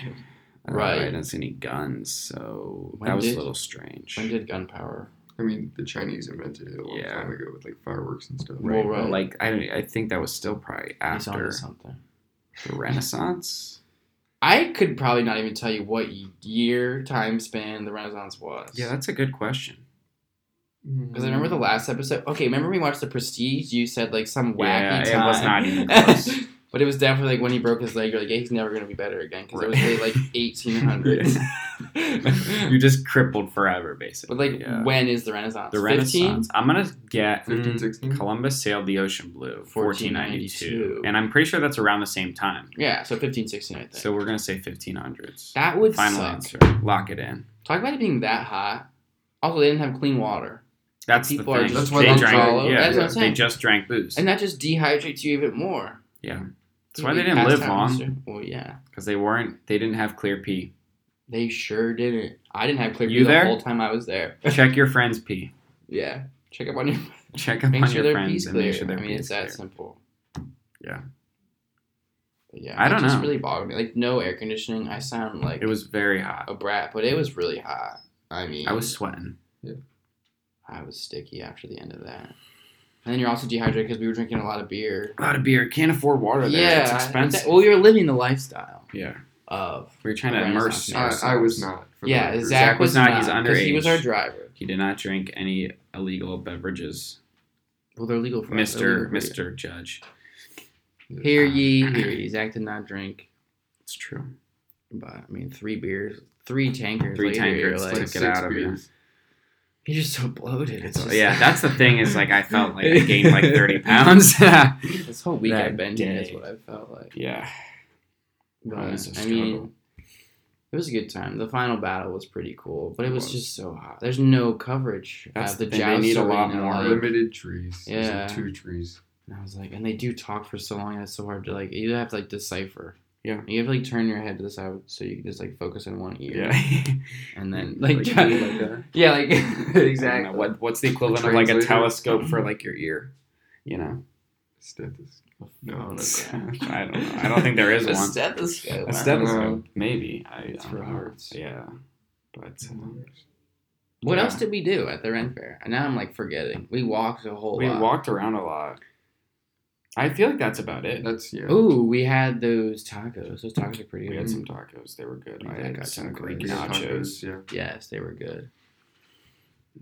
[SPEAKER 1] Right.
[SPEAKER 2] I didn't see any guns, so
[SPEAKER 1] When
[SPEAKER 2] that was
[SPEAKER 1] did-
[SPEAKER 2] a little strange.
[SPEAKER 1] When did gunpowder?
[SPEAKER 3] I mean, the Chinese invented it a long
[SPEAKER 2] Yeah.
[SPEAKER 3] time ago with like fireworks and stuff.
[SPEAKER 2] Right,
[SPEAKER 1] Well,
[SPEAKER 2] but,
[SPEAKER 1] right.
[SPEAKER 2] Like I, don't- I think that was still probably
[SPEAKER 1] He's onto
[SPEAKER 2] after
[SPEAKER 1] something.
[SPEAKER 2] the Renaissance.
[SPEAKER 1] I could probably not even tell you what year time span the Renaissance was.
[SPEAKER 2] Yeah, that's a good question.
[SPEAKER 1] Because Mm-hmm. I remember the last episode. Okay, remember we watched The Prestige? You said like some wacky
[SPEAKER 2] Yeah, it
[SPEAKER 1] time.
[SPEAKER 2] was not even close.
[SPEAKER 1] but it was definitely like when he broke his leg. You're like, yeah, he's never gonna be better again because it was really like 1800s.
[SPEAKER 2] You're just crippled forever, basically.
[SPEAKER 1] But like,
[SPEAKER 2] Yeah.
[SPEAKER 1] when is the Renaissance?
[SPEAKER 2] the
[SPEAKER 1] 15?
[SPEAKER 2] Renaissance. I'm gonna get mm,
[SPEAKER 3] 15,
[SPEAKER 1] Hmm?
[SPEAKER 3] 16?
[SPEAKER 2] Columbus sailed the ocean blue, 1492,
[SPEAKER 1] 1492.
[SPEAKER 2] and I'm pretty sure that's around the same time.
[SPEAKER 1] Yeah, so 15, 16, I think.
[SPEAKER 2] So we're gonna say 1500s.
[SPEAKER 1] that would
[SPEAKER 2] Final
[SPEAKER 1] suck.
[SPEAKER 2] answer. Lock it in.
[SPEAKER 1] Talk about it being that hot. Also, they didn't have clean water,
[SPEAKER 2] That's
[SPEAKER 1] People
[SPEAKER 2] the
[SPEAKER 1] are
[SPEAKER 2] thing.
[SPEAKER 3] just
[SPEAKER 2] they
[SPEAKER 3] drunk
[SPEAKER 2] drank.
[SPEAKER 3] all over.
[SPEAKER 2] Yeah,
[SPEAKER 3] That's what
[SPEAKER 1] I'm
[SPEAKER 2] they
[SPEAKER 1] saying.
[SPEAKER 2] just drank booze.
[SPEAKER 1] and that just dehydrates you even more.
[SPEAKER 2] That's why they
[SPEAKER 1] Maybe
[SPEAKER 2] didn't
[SPEAKER 1] past
[SPEAKER 2] live
[SPEAKER 1] that
[SPEAKER 2] long
[SPEAKER 1] roster. Well, yeah,
[SPEAKER 2] because they weren't. They didn't have clear pee.
[SPEAKER 1] they sure didn't. I didn't have clear
[SPEAKER 2] You
[SPEAKER 1] view the
[SPEAKER 2] there?
[SPEAKER 1] whole time I was there.
[SPEAKER 2] Check your friends' pee.
[SPEAKER 1] yeah, check up on your
[SPEAKER 2] Check up
[SPEAKER 1] make
[SPEAKER 2] on
[SPEAKER 1] sure
[SPEAKER 2] your
[SPEAKER 1] their
[SPEAKER 2] friends
[SPEAKER 1] pee's
[SPEAKER 2] and make
[SPEAKER 1] clear.
[SPEAKER 2] sure
[SPEAKER 1] I
[SPEAKER 2] their
[SPEAKER 1] mean,
[SPEAKER 2] pee
[SPEAKER 1] it's
[SPEAKER 2] is
[SPEAKER 1] that
[SPEAKER 2] clear.
[SPEAKER 1] simple.
[SPEAKER 2] Yeah.
[SPEAKER 1] But yeah,
[SPEAKER 2] I
[SPEAKER 1] it
[SPEAKER 2] don't
[SPEAKER 1] just
[SPEAKER 2] know.
[SPEAKER 1] Really bothered me. Like no air conditioning. I sound like
[SPEAKER 2] It was very hot.
[SPEAKER 1] a brat, but it was really hot. I mean,
[SPEAKER 2] I was sweating.
[SPEAKER 1] I was sticky after the end of that. And then you're also dehydrated because we were drinking a lot of beer.
[SPEAKER 2] A lot of beer. Can't afford water there.
[SPEAKER 1] yeah,
[SPEAKER 2] it's expensive.
[SPEAKER 1] well, you're living the lifestyle
[SPEAKER 2] yeah,
[SPEAKER 1] of.
[SPEAKER 2] we were trying
[SPEAKER 1] The
[SPEAKER 2] to immerse.
[SPEAKER 1] Renaissance.
[SPEAKER 2] ourselves.
[SPEAKER 3] I, I was not. for the
[SPEAKER 1] Yeah,
[SPEAKER 3] record.
[SPEAKER 1] Zach,
[SPEAKER 2] Zach
[SPEAKER 1] was,
[SPEAKER 2] was not, he's
[SPEAKER 1] 'cause He was
[SPEAKER 2] underage.
[SPEAKER 1] our driver.
[SPEAKER 2] He did not drink any illegal beverages,
[SPEAKER 1] Well, they're legal for us. They're
[SPEAKER 2] Mister
[SPEAKER 1] legal for you.
[SPEAKER 2] Mister Judge.
[SPEAKER 1] Hear ye, hear ye. Zach did not drink,
[SPEAKER 2] It's true.
[SPEAKER 1] but I mean, three beers, three tankers.
[SPEAKER 2] Three
[SPEAKER 1] later, you're
[SPEAKER 2] tankers,
[SPEAKER 1] Like,
[SPEAKER 2] like-
[SPEAKER 3] Six
[SPEAKER 2] get out of here.
[SPEAKER 3] beers.
[SPEAKER 1] you're just so bloated. It's just,
[SPEAKER 2] yeah, that's the thing. Is like I felt like I gained like thirty pounds.
[SPEAKER 1] this whole week
[SPEAKER 2] that
[SPEAKER 1] I've been here is
[SPEAKER 2] day.
[SPEAKER 1] what I felt like.
[SPEAKER 2] yeah,
[SPEAKER 1] But,
[SPEAKER 2] Oh, it's a
[SPEAKER 1] I
[SPEAKER 2] struggle.
[SPEAKER 1] mean, it was a good time. The final battle was pretty cool, but it
[SPEAKER 2] It
[SPEAKER 1] was,
[SPEAKER 2] was.
[SPEAKER 1] just so hot. There's no coverage
[SPEAKER 2] That's
[SPEAKER 1] at the
[SPEAKER 2] the thing, they
[SPEAKER 1] joust
[SPEAKER 2] need a lot
[SPEAKER 1] arena,
[SPEAKER 2] more.
[SPEAKER 1] like-
[SPEAKER 3] Limited trees. There's, like,
[SPEAKER 1] Yeah.
[SPEAKER 3] two trees.
[SPEAKER 1] And I was like, and they do talk for so long, and it's so hard to like. You have to like decipher.
[SPEAKER 2] Yeah.
[SPEAKER 1] You have to like turn your head to the side so you can just like focus in one ear.
[SPEAKER 2] yeah.
[SPEAKER 1] And then like,
[SPEAKER 2] Like,
[SPEAKER 1] yeah,
[SPEAKER 2] like a-
[SPEAKER 1] yeah, like
[SPEAKER 2] I don't know,
[SPEAKER 1] exactly. Mm-hmm.
[SPEAKER 2] What what's the equivalent of like a
[SPEAKER 3] Translator?
[SPEAKER 2] telescope for like your ear? You know,
[SPEAKER 3] Stethoscope. No, that's
[SPEAKER 2] I don't. Know. I don't think there is
[SPEAKER 1] a
[SPEAKER 2] one.
[SPEAKER 1] stethoscope. Uh-huh.
[SPEAKER 2] A
[SPEAKER 1] huh?
[SPEAKER 2] stethoscope, maybe. I,
[SPEAKER 3] It's
[SPEAKER 2] I
[SPEAKER 3] for
[SPEAKER 2] don't know.
[SPEAKER 3] hearts.
[SPEAKER 2] Yeah, but uh,
[SPEAKER 1] What
[SPEAKER 2] Yeah.
[SPEAKER 1] else did we do at the Ren Fair? And now I'm like forgetting. We walked a whole
[SPEAKER 2] we
[SPEAKER 1] lot.
[SPEAKER 2] walked around a lot. I feel like that's about it.
[SPEAKER 3] That's yeah.
[SPEAKER 1] Ooh, we had those tacos. Those tacos are pretty
[SPEAKER 2] We
[SPEAKER 1] good.
[SPEAKER 2] had some tacos; they were good.
[SPEAKER 1] mm-hmm. Yeah,
[SPEAKER 2] I
[SPEAKER 1] I
[SPEAKER 2] had
[SPEAKER 1] got
[SPEAKER 2] some
[SPEAKER 1] some
[SPEAKER 2] Greek
[SPEAKER 3] Beer,
[SPEAKER 2] nachos.
[SPEAKER 3] tacos, Yeah.
[SPEAKER 1] Yes, they were good.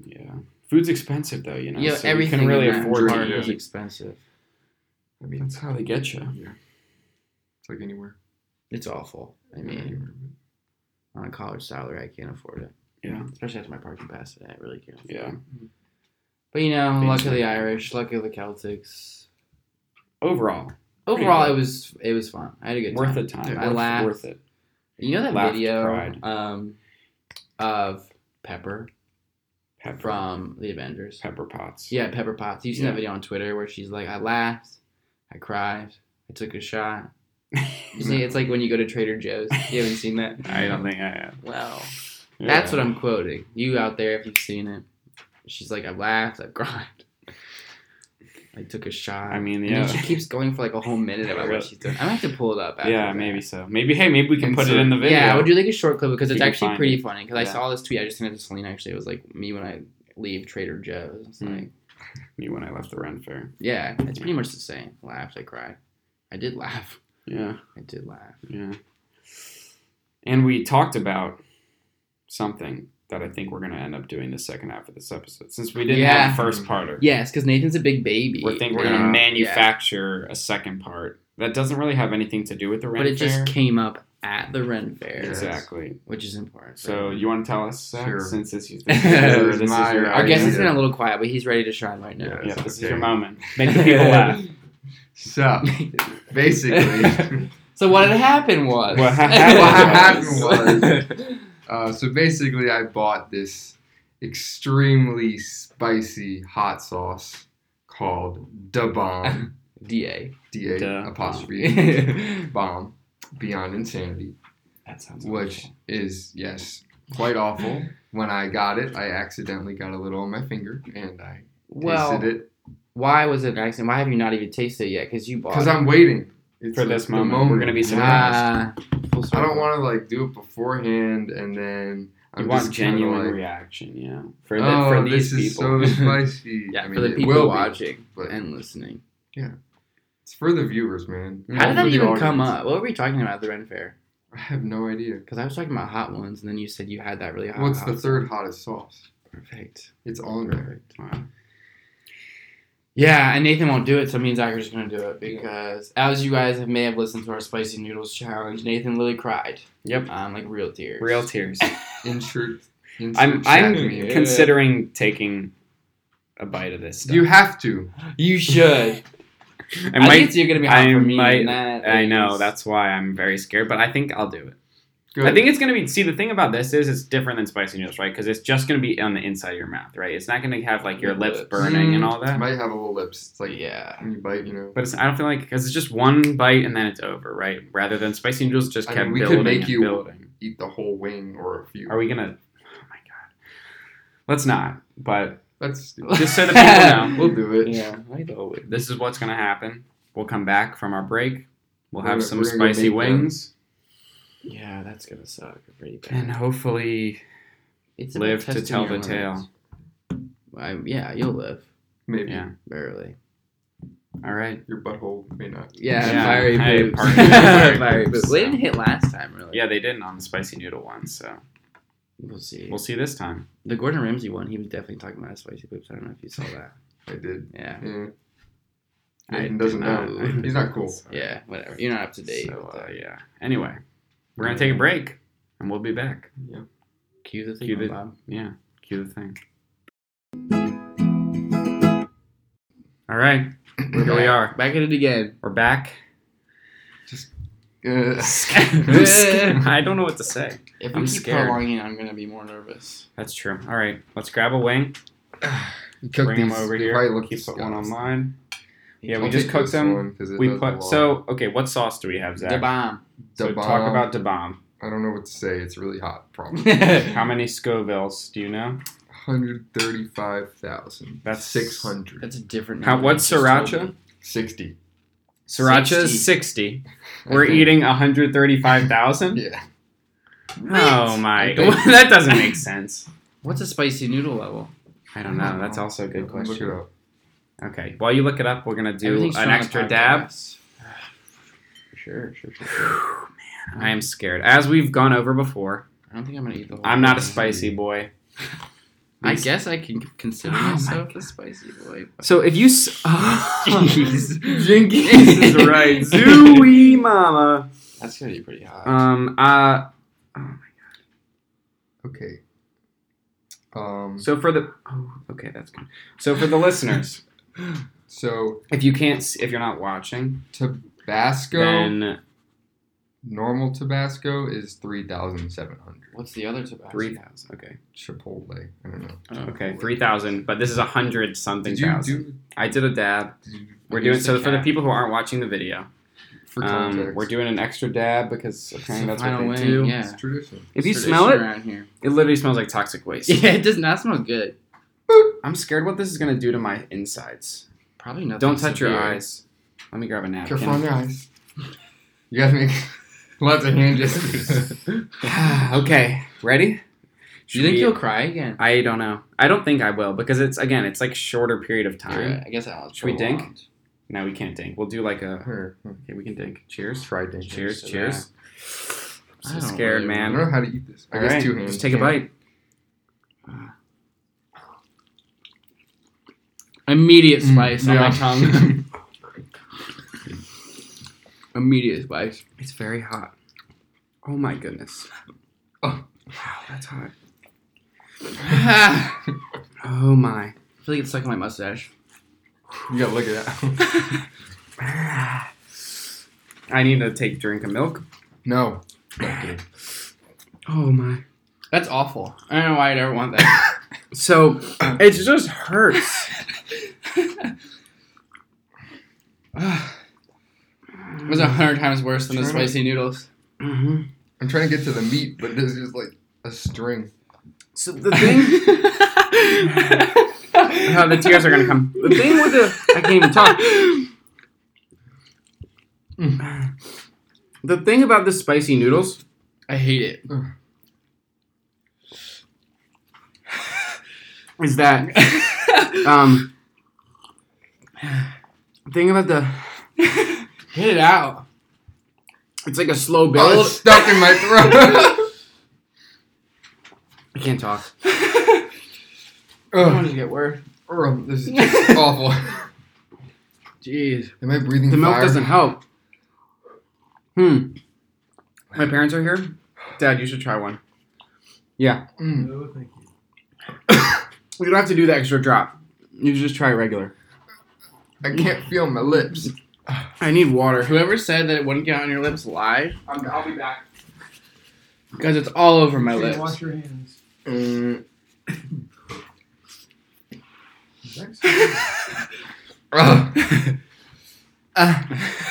[SPEAKER 2] Yeah, food's expensive though, you know.
[SPEAKER 1] yeah,
[SPEAKER 2] so
[SPEAKER 1] everything
[SPEAKER 2] you can really
[SPEAKER 1] in that
[SPEAKER 2] afford
[SPEAKER 1] park
[SPEAKER 2] to
[SPEAKER 1] was
[SPEAKER 2] eat.
[SPEAKER 1] expensive.
[SPEAKER 3] I mean,
[SPEAKER 2] That's how they get you.
[SPEAKER 3] yeah. It's like anywhere.
[SPEAKER 1] It's awful. I mean,
[SPEAKER 3] anywhere.
[SPEAKER 1] on a college salary, I can't afford it.
[SPEAKER 2] Yeah,
[SPEAKER 1] Especially after my parking pass today, I really can't. afford
[SPEAKER 2] yeah.
[SPEAKER 1] it. But you know,
[SPEAKER 2] Things
[SPEAKER 1] luck of
[SPEAKER 2] like
[SPEAKER 1] the
[SPEAKER 2] that.
[SPEAKER 1] Irish, luck of the Celtics.
[SPEAKER 2] Overall, Pretty
[SPEAKER 1] Overall,
[SPEAKER 2] good.
[SPEAKER 1] it was it was fun. I had a good
[SPEAKER 2] worth
[SPEAKER 1] time.
[SPEAKER 2] the time.
[SPEAKER 1] I
[SPEAKER 2] worth,
[SPEAKER 1] laughed.
[SPEAKER 2] worth it.
[SPEAKER 1] You know that
[SPEAKER 2] Laughed,
[SPEAKER 1] video
[SPEAKER 2] cried.
[SPEAKER 1] um of Pepper
[SPEAKER 2] Pepper,
[SPEAKER 1] from the Avengers.
[SPEAKER 2] pepper pots.
[SPEAKER 1] Yeah, Pepper Potts. You've seen
[SPEAKER 2] Yeah.
[SPEAKER 1] that video on Twitter where she's like, I laughed, I cried, I took a shot. You see, it's like when you go to Trader Joe's. You haven't seen that?
[SPEAKER 2] I don't think I have.
[SPEAKER 1] Well, that's what I'm quoting. You out there, if you've seen it, she's like, I laughed, I cried, I took a shot.
[SPEAKER 2] I mean,
[SPEAKER 1] And then
[SPEAKER 2] yeah.
[SPEAKER 1] she keeps going for like a whole minute about what she's doing. I might have to pull it up. After
[SPEAKER 2] Yeah,
[SPEAKER 1] that.
[SPEAKER 2] maybe so. Maybe hey, maybe we can
[SPEAKER 3] And
[SPEAKER 2] put it
[SPEAKER 3] so-
[SPEAKER 2] in the video.
[SPEAKER 1] Yeah, I would do like a short clip because
[SPEAKER 2] If
[SPEAKER 1] it's
[SPEAKER 2] you can
[SPEAKER 1] actually
[SPEAKER 2] find
[SPEAKER 1] pretty
[SPEAKER 2] it.
[SPEAKER 1] funny. Because I
[SPEAKER 2] Yeah.
[SPEAKER 1] saw this tweet. I just sent it to Selena. Actually, it was like me when I leave Trader Joe's. It's
[SPEAKER 2] Hmm.
[SPEAKER 1] like,
[SPEAKER 2] me when I left the Ren Fair.
[SPEAKER 1] yeah, it's pretty much the same. Laughed, I cried. I did laugh.
[SPEAKER 2] Yeah,
[SPEAKER 1] I did laugh.
[SPEAKER 2] yeah. And we talked about something that I think we're gonna end up doing the second half of this episode, since we didn't
[SPEAKER 1] Yeah.
[SPEAKER 2] have a first parter.
[SPEAKER 1] Yes, because Nathan's a big baby.
[SPEAKER 2] We think we're
[SPEAKER 3] Yeah.
[SPEAKER 2] gonna manufacture a second part that doesn't really have anything to do with the Ren
[SPEAKER 1] but it
[SPEAKER 2] Fair.
[SPEAKER 1] just came up at the Ren Fair,
[SPEAKER 3] Yes.
[SPEAKER 2] exactly.
[SPEAKER 1] which is important.
[SPEAKER 2] So you want to tell us, Zach,
[SPEAKER 3] Sure.
[SPEAKER 2] since this, is-
[SPEAKER 1] This
[SPEAKER 3] is
[SPEAKER 2] this
[SPEAKER 3] my
[SPEAKER 2] is your,
[SPEAKER 1] our guest has
[SPEAKER 3] Yeah.
[SPEAKER 1] been a little quiet, but he's ready to shine right now.
[SPEAKER 2] yeah,
[SPEAKER 3] Yes,
[SPEAKER 2] this is
[SPEAKER 3] okay.
[SPEAKER 2] your moment. Make the people laugh.
[SPEAKER 3] So basically,
[SPEAKER 1] so what had happened was
[SPEAKER 2] What
[SPEAKER 3] happened
[SPEAKER 1] happened was
[SPEAKER 3] uh, so basically, I bought this extremely spicy hot sauce called Da Bomb,
[SPEAKER 1] da.
[SPEAKER 3] D A
[SPEAKER 2] Da
[SPEAKER 3] apostrophe Bomb, Beyond Insanity.
[SPEAKER 2] That sounds
[SPEAKER 3] which is yes quite awful when i got it i accidentally got a little on my finger and i
[SPEAKER 1] well,
[SPEAKER 3] tasted it
[SPEAKER 1] why was it an accident? Why have you not even tasted it yet? Because you bought
[SPEAKER 3] because
[SPEAKER 1] it.
[SPEAKER 3] i'm waiting It's
[SPEAKER 2] For
[SPEAKER 3] like
[SPEAKER 2] this
[SPEAKER 3] the
[SPEAKER 2] moment, we're gonna be surprised.
[SPEAKER 1] Ah, full
[SPEAKER 3] i
[SPEAKER 1] circle.
[SPEAKER 3] don't want to like do it beforehand and then i'm
[SPEAKER 2] you
[SPEAKER 3] just
[SPEAKER 2] want
[SPEAKER 3] kinda
[SPEAKER 2] genuine
[SPEAKER 3] like,
[SPEAKER 2] reaction, yeah. For, the,
[SPEAKER 3] oh
[SPEAKER 2] for these
[SPEAKER 3] this is
[SPEAKER 2] people.
[SPEAKER 3] so spicy
[SPEAKER 1] Yeah,
[SPEAKER 3] I mean,
[SPEAKER 1] for the
[SPEAKER 3] it
[SPEAKER 1] people
[SPEAKER 3] will be,
[SPEAKER 1] watching
[SPEAKER 3] but Mm-hmm.
[SPEAKER 1] and listening.
[SPEAKER 3] it's for the viewers man
[SPEAKER 2] How
[SPEAKER 1] How
[SPEAKER 2] Yeah,
[SPEAKER 1] did
[SPEAKER 3] For
[SPEAKER 1] that
[SPEAKER 3] the
[SPEAKER 1] even come
[SPEAKER 3] audience.
[SPEAKER 1] up? What were we talking about at the Ren Fair?
[SPEAKER 3] i have no idea
[SPEAKER 1] Because I was talking about hot ones, and then you said you had that really hot.
[SPEAKER 3] what's the
[SPEAKER 1] hot
[SPEAKER 3] third hottest sauce
[SPEAKER 1] sauce. Perfect.
[SPEAKER 3] it's on there
[SPEAKER 1] Perfect.
[SPEAKER 2] Wow.
[SPEAKER 1] Yeah, and Nathan won't do it, so me and Zach are just gonna do it because, as you guys may have listened to our spicy noodles challenge, Nathan literally cried.
[SPEAKER 2] Yep.
[SPEAKER 1] Um, like real tears.
[SPEAKER 2] Real tears.
[SPEAKER 3] Insert. insert
[SPEAKER 2] I'm
[SPEAKER 3] chat
[SPEAKER 2] I'm
[SPEAKER 3] meme.
[SPEAKER 1] con-
[SPEAKER 2] considering taking a bite of this stuff.
[SPEAKER 3] you have to.
[SPEAKER 1] You should.
[SPEAKER 2] I
[SPEAKER 1] I,
[SPEAKER 2] might.
[SPEAKER 1] think you're gonna be hot
[SPEAKER 2] I
[SPEAKER 1] for me.
[SPEAKER 2] might-
[SPEAKER 1] and that
[SPEAKER 2] I
[SPEAKER 1] is-
[SPEAKER 2] know that's why I'm very scared, but I think I'll do it.
[SPEAKER 3] Good.
[SPEAKER 2] I think it's gonna be. See, the thing about this is it's different than spicy noodles, right? Because it's just gonna be on the inside of your mouth, right? It's not gonna have like your
[SPEAKER 1] Your
[SPEAKER 2] lips
[SPEAKER 1] lips.
[SPEAKER 2] burning and
[SPEAKER 3] Mm,
[SPEAKER 2] all that.
[SPEAKER 3] might have a little lips. It's like
[SPEAKER 1] yeah.
[SPEAKER 3] when you bite, you know.
[SPEAKER 2] But it's, I don't feel like because it's just one bite and then it's over, right? Rather than spicy noodles, just
[SPEAKER 3] I
[SPEAKER 2] kept
[SPEAKER 3] mean, we could
[SPEAKER 2] building
[SPEAKER 3] make
[SPEAKER 2] and
[SPEAKER 3] you-
[SPEAKER 2] building.
[SPEAKER 3] Eat the whole wing or a few.
[SPEAKER 2] Are we gonna? Oh my god, let's not. But
[SPEAKER 3] That's
[SPEAKER 2] just so the people know,
[SPEAKER 3] we'll do it.
[SPEAKER 1] Yeah, I know it.
[SPEAKER 2] this is what's gonna happen. We'll come back from our break. We'll
[SPEAKER 3] We're
[SPEAKER 2] have
[SPEAKER 3] gonna-
[SPEAKER 2] some
[SPEAKER 3] we're gonna make
[SPEAKER 2] spicy
[SPEAKER 3] them.
[SPEAKER 2] wings,
[SPEAKER 1] Yeah, that's gonna suck pretty bad.
[SPEAKER 2] and hopefully
[SPEAKER 1] It's about
[SPEAKER 2] live to
[SPEAKER 1] testing
[SPEAKER 2] tell
[SPEAKER 1] your limits.
[SPEAKER 2] the tale.
[SPEAKER 1] I, yeah, you'll live
[SPEAKER 3] Maybe
[SPEAKER 2] Yeah.
[SPEAKER 1] barely.
[SPEAKER 2] All right.
[SPEAKER 3] your butthole may not.
[SPEAKER 1] Yeah,
[SPEAKER 2] Yeah,
[SPEAKER 1] fiery
[SPEAKER 2] hey,
[SPEAKER 1] boobs.
[SPEAKER 2] pardon me, fiery
[SPEAKER 1] fiery
[SPEAKER 2] boobs.
[SPEAKER 1] boobs. They didn't hit last time, really.
[SPEAKER 2] Yeah, they didn't on the spicy noodle one, so
[SPEAKER 1] we'll see.
[SPEAKER 2] we'll see this time.
[SPEAKER 1] The Gordon Ramsay one, he was definitely talking about his spicy boobs. I don't know if you saw that.
[SPEAKER 3] I did.
[SPEAKER 1] Yeah.
[SPEAKER 3] Yeah.
[SPEAKER 2] I
[SPEAKER 3] Nathan doesn't
[SPEAKER 1] did not.
[SPEAKER 3] know. He's not cool.
[SPEAKER 1] Yeah, whatever. You're not up to date.
[SPEAKER 2] So
[SPEAKER 1] with
[SPEAKER 2] uh,
[SPEAKER 1] that.
[SPEAKER 2] yeah. Anyway, we're gonna take a break, and we'll be back.
[SPEAKER 1] Cue the thing,
[SPEAKER 2] Cue the-
[SPEAKER 1] Bob.
[SPEAKER 2] Yeah, cue the thing. All right, here we are.
[SPEAKER 1] Back at it again.
[SPEAKER 2] We're back.
[SPEAKER 3] Uh,
[SPEAKER 2] I don't know what to say.
[SPEAKER 1] If we
[SPEAKER 2] I'm
[SPEAKER 1] keep
[SPEAKER 2] scared.
[SPEAKER 1] prolonging it, I'm going to be more nervous.
[SPEAKER 2] That's true. All right, let's grab a wing.
[SPEAKER 3] you cook
[SPEAKER 2] bring them
[SPEAKER 3] these,
[SPEAKER 2] over
[SPEAKER 3] they
[SPEAKER 2] here.
[SPEAKER 3] probably look
[SPEAKER 2] Keep put one on
[SPEAKER 3] disgusting.
[SPEAKER 2] mine. Yeah, we
[SPEAKER 3] I'll
[SPEAKER 2] just
[SPEAKER 3] take
[SPEAKER 2] cooked
[SPEAKER 3] this
[SPEAKER 2] them.
[SPEAKER 3] one 'cause it
[SPEAKER 2] We
[SPEAKER 3] does a
[SPEAKER 2] put
[SPEAKER 3] lot.
[SPEAKER 2] so okay. What sauce do we have, Zach?
[SPEAKER 1] The bomb.
[SPEAKER 2] So
[SPEAKER 3] Da
[SPEAKER 2] talk
[SPEAKER 3] bomb.
[SPEAKER 2] about the bomb.
[SPEAKER 3] I don't know what to say. It's really hot. Probably
[SPEAKER 2] How
[SPEAKER 1] That's
[SPEAKER 2] many Scovilles do you know?
[SPEAKER 3] hundred thirty-five thousand.
[SPEAKER 2] That's-
[SPEAKER 3] six hundred
[SPEAKER 1] a different.
[SPEAKER 2] How-
[SPEAKER 1] number
[SPEAKER 2] what's
[SPEAKER 1] you just
[SPEAKER 2] sriracha?
[SPEAKER 1] told me.
[SPEAKER 3] sixty.
[SPEAKER 2] Sriracha is 60. We're eating 135,000?
[SPEAKER 3] Yeah,
[SPEAKER 2] Oh my.
[SPEAKER 3] I think-
[SPEAKER 2] that doesn't make sense.
[SPEAKER 1] What's a spicy noodle level?
[SPEAKER 2] I don't know. That's also a good
[SPEAKER 3] Look it
[SPEAKER 2] question.
[SPEAKER 3] up.
[SPEAKER 2] Okay. While you look it up, we're going to do
[SPEAKER 1] Everything's
[SPEAKER 2] an
[SPEAKER 1] shown on
[SPEAKER 2] extra
[SPEAKER 1] podcast.
[SPEAKER 2] dab.
[SPEAKER 1] Sure, sure, sure.
[SPEAKER 2] Whew, man, I am scared. As we've gone over before,
[SPEAKER 1] I don't think I'm gonna eat the whole.
[SPEAKER 2] I'm not a
[SPEAKER 1] thing.
[SPEAKER 2] spicy boy.
[SPEAKER 1] I guess I can consider
[SPEAKER 2] Oh my
[SPEAKER 1] myself a spicy boy. but-
[SPEAKER 2] So if you. S-
[SPEAKER 1] Jeez.
[SPEAKER 2] Jenkins is right. Zooey mama.
[SPEAKER 1] That's gonna be pretty hot.
[SPEAKER 2] Um, uh,
[SPEAKER 3] Okay. Um. So,
[SPEAKER 2] so for the. Oh, okay. That's good. So for the listeners, if you can't, s- if you're not watching,
[SPEAKER 3] Tabasco,
[SPEAKER 2] then.
[SPEAKER 3] normal Tabasco is three thousand seven hundred.
[SPEAKER 1] What's the other tobacco?
[SPEAKER 2] Three thousand. Okay.
[SPEAKER 3] Chipotle. I don't know.
[SPEAKER 1] Oh,
[SPEAKER 2] Okay. Three thousand. But this is a hundred something
[SPEAKER 3] Did you
[SPEAKER 2] thousand.
[SPEAKER 3] do?
[SPEAKER 2] I did a dab.
[SPEAKER 3] Did you,
[SPEAKER 2] We're
[SPEAKER 1] Okay,
[SPEAKER 2] doing
[SPEAKER 1] it's
[SPEAKER 2] so
[SPEAKER 1] the
[SPEAKER 2] for the
[SPEAKER 1] cap.
[SPEAKER 2] people who aren't watching the video.
[SPEAKER 3] for
[SPEAKER 2] Um,
[SPEAKER 3] context,
[SPEAKER 2] we're doing an extra dab because apparently
[SPEAKER 1] the
[SPEAKER 2] that's what they
[SPEAKER 1] final way,
[SPEAKER 2] do.
[SPEAKER 1] yeah.
[SPEAKER 3] It's tradition.
[SPEAKER 2] If you
[SPEAKER 1] Tradition
[SPEAKER 2] smell it,
[SPEAKER 1] around here.
[SPEAKER 2] it literally smells like toxic waste.
[SPEAKER 1] Yeah, it does not smell good.
[SPEAKER 2] I'm scared what this is gonna do to my insides.
[SPEAKER 1] Probably nothing.
[SPEAKER 2] Don't touch your
[SPEAKER 1] severe.
[SPEAKER 2] eyys. Let me grab a napkin.
[SPEAKER 3] Careful on your eyes. You gotta make lots of hand gestures.
[SPEAKER 2] okay. Ready?
[SPEAKER 1] Do you think
[SPEAKER 2] Should
[SPEAKER 1] you'll
[SPEAKER 2] we-
[SPEAKER 1] cry again?
[SPEAKER 2] I don't know. I don't think I will because it's again, it's like shorter period of time.
[SPEAKER 1] You're right. I guess I'll.
[SPEAKER 2] Should we dink?
[SPEAKER 1] prolonged.
[SPEAKER 2] No, we can't dink. We'll do like a.
[SPEAKER 3] Here,
[SPEAKER 2] Okay, we can dink. Cheers.
[SPEAKER 3] try dang.
[SPEAKER 1] Cheers
[SPEAKER 2] Cheers,
[SPEAKER 1] to
[SPEAKER 2] cheers.
[SPEAKER 1] I
[SPEAKER 2] I'm so
[SPEAKER 1] don't
[SPEAKER 2] scared,
[SPEAKER 1] really
[SPEAKER 3] I
[SPEAKER 2] man.
[SPEAKER 3] don't know how to eat this. I
[SPEAKER 2] All
[SPEAKER 3] guess
[SPEAKER 2] right,
[SPEAKER 3] two hands.
[SPEAKER 2] Just take a bite.
[SPEAKER 1] Immediate
[SPEAKER 3] Mm,
[SPEAKER 1] spice on
[SPEAKER 3] yeah.
[SPEAKER 1] my tongue. Immediate spice.
[SPEAKER 2] It's very hot. Oh my goodness.
[SPEAKER 3] Oh.
[SPEAKER 2] Wow, that's hot.
[SPEAKER 1] I
[SPEAKER 2] Oh my.
[SPEAKER 1] feel like it's stuck in my mustache.
[SPEAKER 3] You gotta look at that.
[SPEAKER 2] I need to take a drink of milk.
[SPEAKER 3] No. Not good.
[SPEAKER 2] Oh my.
[SPEAKER 1] That's awful. I don't know why I'd ever want that.
[SPEAKER 2] So it just hurts.
[SPEAKER 1] It was a hundred times worse than the
[SPEAKER 3] Sure.
[SPEAKER 1] spicy noodles.
[SPEAKER 2] hmm
[SPEAKER 3] I'm trying to get to the meat, but there's just like a string.
[SPEAKER 2] So the thing. oh, the tears are gonna come. The thing with the I can't even talk. The thing about the spicy noodles,
[SPEAKER 1] I hate it.
[SPEAKER 2] is that um thing about the
[SPEAKER 1] Hit it out.
[SPEAKER 2] it's like a slow
[SPEAKER 3] Oh,
[SPEAKER 2] build.
[SPEAKER 3] it's stuck in my throat.
[SPEAKER 2] I can't talk.
[SPEAKER 1] I want
[SPEAKER 3] Ugh.
[SPEAKER 1] to get worse.
[SPEAKER 3] Ugh, this is just awful.
[SPEAKER 1] Jeez.
[SPEAKER 3] Am I breathing
[SPEAKER 2] The milk
[SPEAKER 3] fire?
[SPEAKER 2] doesn't help. Hmm. My parents are here. Dad, you should try one. Yeah.
[SPEAKER 1] Hmm.
[SPEAKER 3] Mm.
[SPEAKER 4] No, thank you.
[SPEAKER 2] You don't have to do the extra drop. You just try regular.
[SPEAKER 3] I can't feel my lips.
[SPEAKER 2] I need water.
[SPEAKER 1] Whoever said that it wouldn't get on your lips lied,
[SPEAKER 2] I'm, I'll be back.
[SPEAKER 1] because it's all over my
[SPEAKER 4] Make sure
[SPEAKER 1] lips.
[SPEAKER 4] you Wash your hands.
[SPEAKER 3] Mm.
[SPEAKER 4] Thanks.
[SPEAKER 3] Ugh.
[SPEAKER 2] Uh.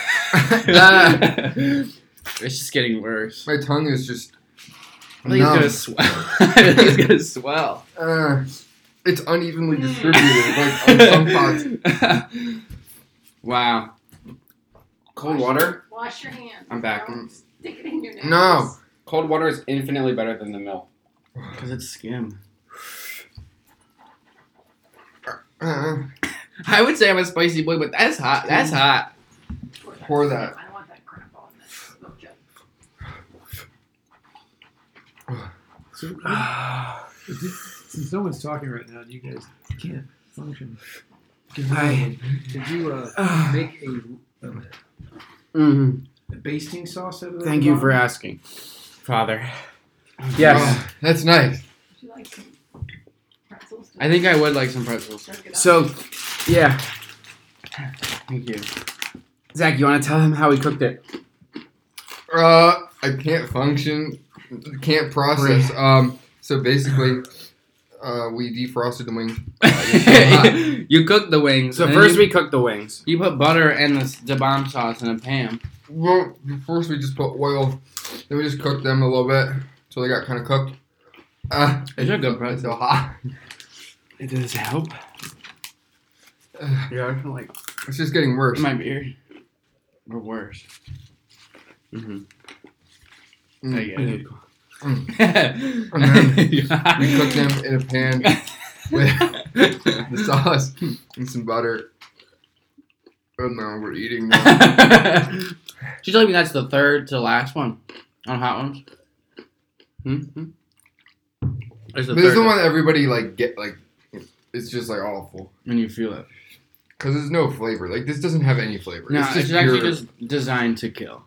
[SPEAKER 1] it's just getting worse.
[SPEAKER 3] my tongue is just.
[SPEAKER 1] I think it's
[SPEAKER 3] numb.
[SPEAKER 1] gonna swell. I think it's gonna swell.
[SPEAKER 3] Uh, it's unevenly distributed. like on some parts.
[SPEAKER 1] wow.
[SPEAKER 2] Cold water?
[SPEAKER 5] Wash your hands.
[SPEAKER 1] I'm back.
[SPEAKER 5] Don't Stick it in your nose.
[SPEAKER 3] No.
[SPEAKER 2] Cold water is infinitely better than the milk.
[SPEAKER 1] Because it's skim.
[SPEAKER 3] Uh,
[SPEAKER 1] I would say I'm a spicy boy, but that's hot. That's hot.
[SPEAKER 3] Pour that.
[SPEAKER 5] I don't want that crap on this milk jug.
[SPEAKER 4] uh, Since no one's talking right now, and you guys can't function. Did
[SPEAKER 2] I-
[SPEAKER 4] did you uh, make a,
[SPEAKER 2] Mm,
[SPEAKER 4] a basting sauce out of that?
[SPEAKER 2] thank you for
[SPEAKER 4] bottle?
[SPEAKER 2] asking, Father. Yes.
[SPEAKER 3] Oh, that's nice.
[SPEAKER 5] Would you like some pretzels?
[SPEAKER 1] I think I would like some pretzels.
[SPEAKER 5] Jerk it up.
[SPEAKER 2] So, yeah,
[SPEAKER 1] Thank you.
[SPEAKER 2] Zach, you want to tell him how he cooked it?
[SPEAKER 3] Uh, I can't function. Can't process. Um. So basically, uh, we defrosted the wings.
[SPEAKER 1] you cook the wings.
[SPEAKER 2] So
[SPEAKER 1] and
[SPEAKER 2] first
[SPEAKER 1] you,
[SPEAKER 2] we cooked the wings.
[SPEAKER 1] you put butter and the, the bomb sauce in a pan.
[SPEAKER 3] Well, first we just put oil. Then we just cooked them a little bit until they got kind of cooked. Uh,
[SPEAKER 1] These are good
[SPEAKER 3] it's
[SPEAKER 1] pretzels.
[SPEAKER 3] so hot.
[SPEAKER 2] It does help.
[SPEAKER 3] Uh,
[SPEAKER 2] Yeah, I can like.
[SPEAKER 3] it's just getting worse.
[SPEAKER 1] My beer. Or worse. Mm-hmm.
[SPEAKER 2] Oh,
[SPEAKER 3] Mm. We
[SPEAKER 1] you
[SPEAKER 3] cooked them in a pan with the sauce and some butter. And now we're eating them.
[SPEAKER 1] She told me that's the third to last one on hot ones. Hmm? It's the
[SPEAKER 3] This is
[SPEAKER 1] third
[SPEAKER 3] the one that everybody like get like. It's just like awful
[SPEAKER 1] and you feel it.
[SPEAKER 3] because there's no flavor. Like this doesn't have any flavor.
[SPEAKER 1] No,
[SPEAKER 3] it's
[SPEAKER 1] it's,
[SPEAKER 3] just
[SPEAKER 1] actually
[SPEAKER 3] pure-
[SPEAKER 1] just designed to kill.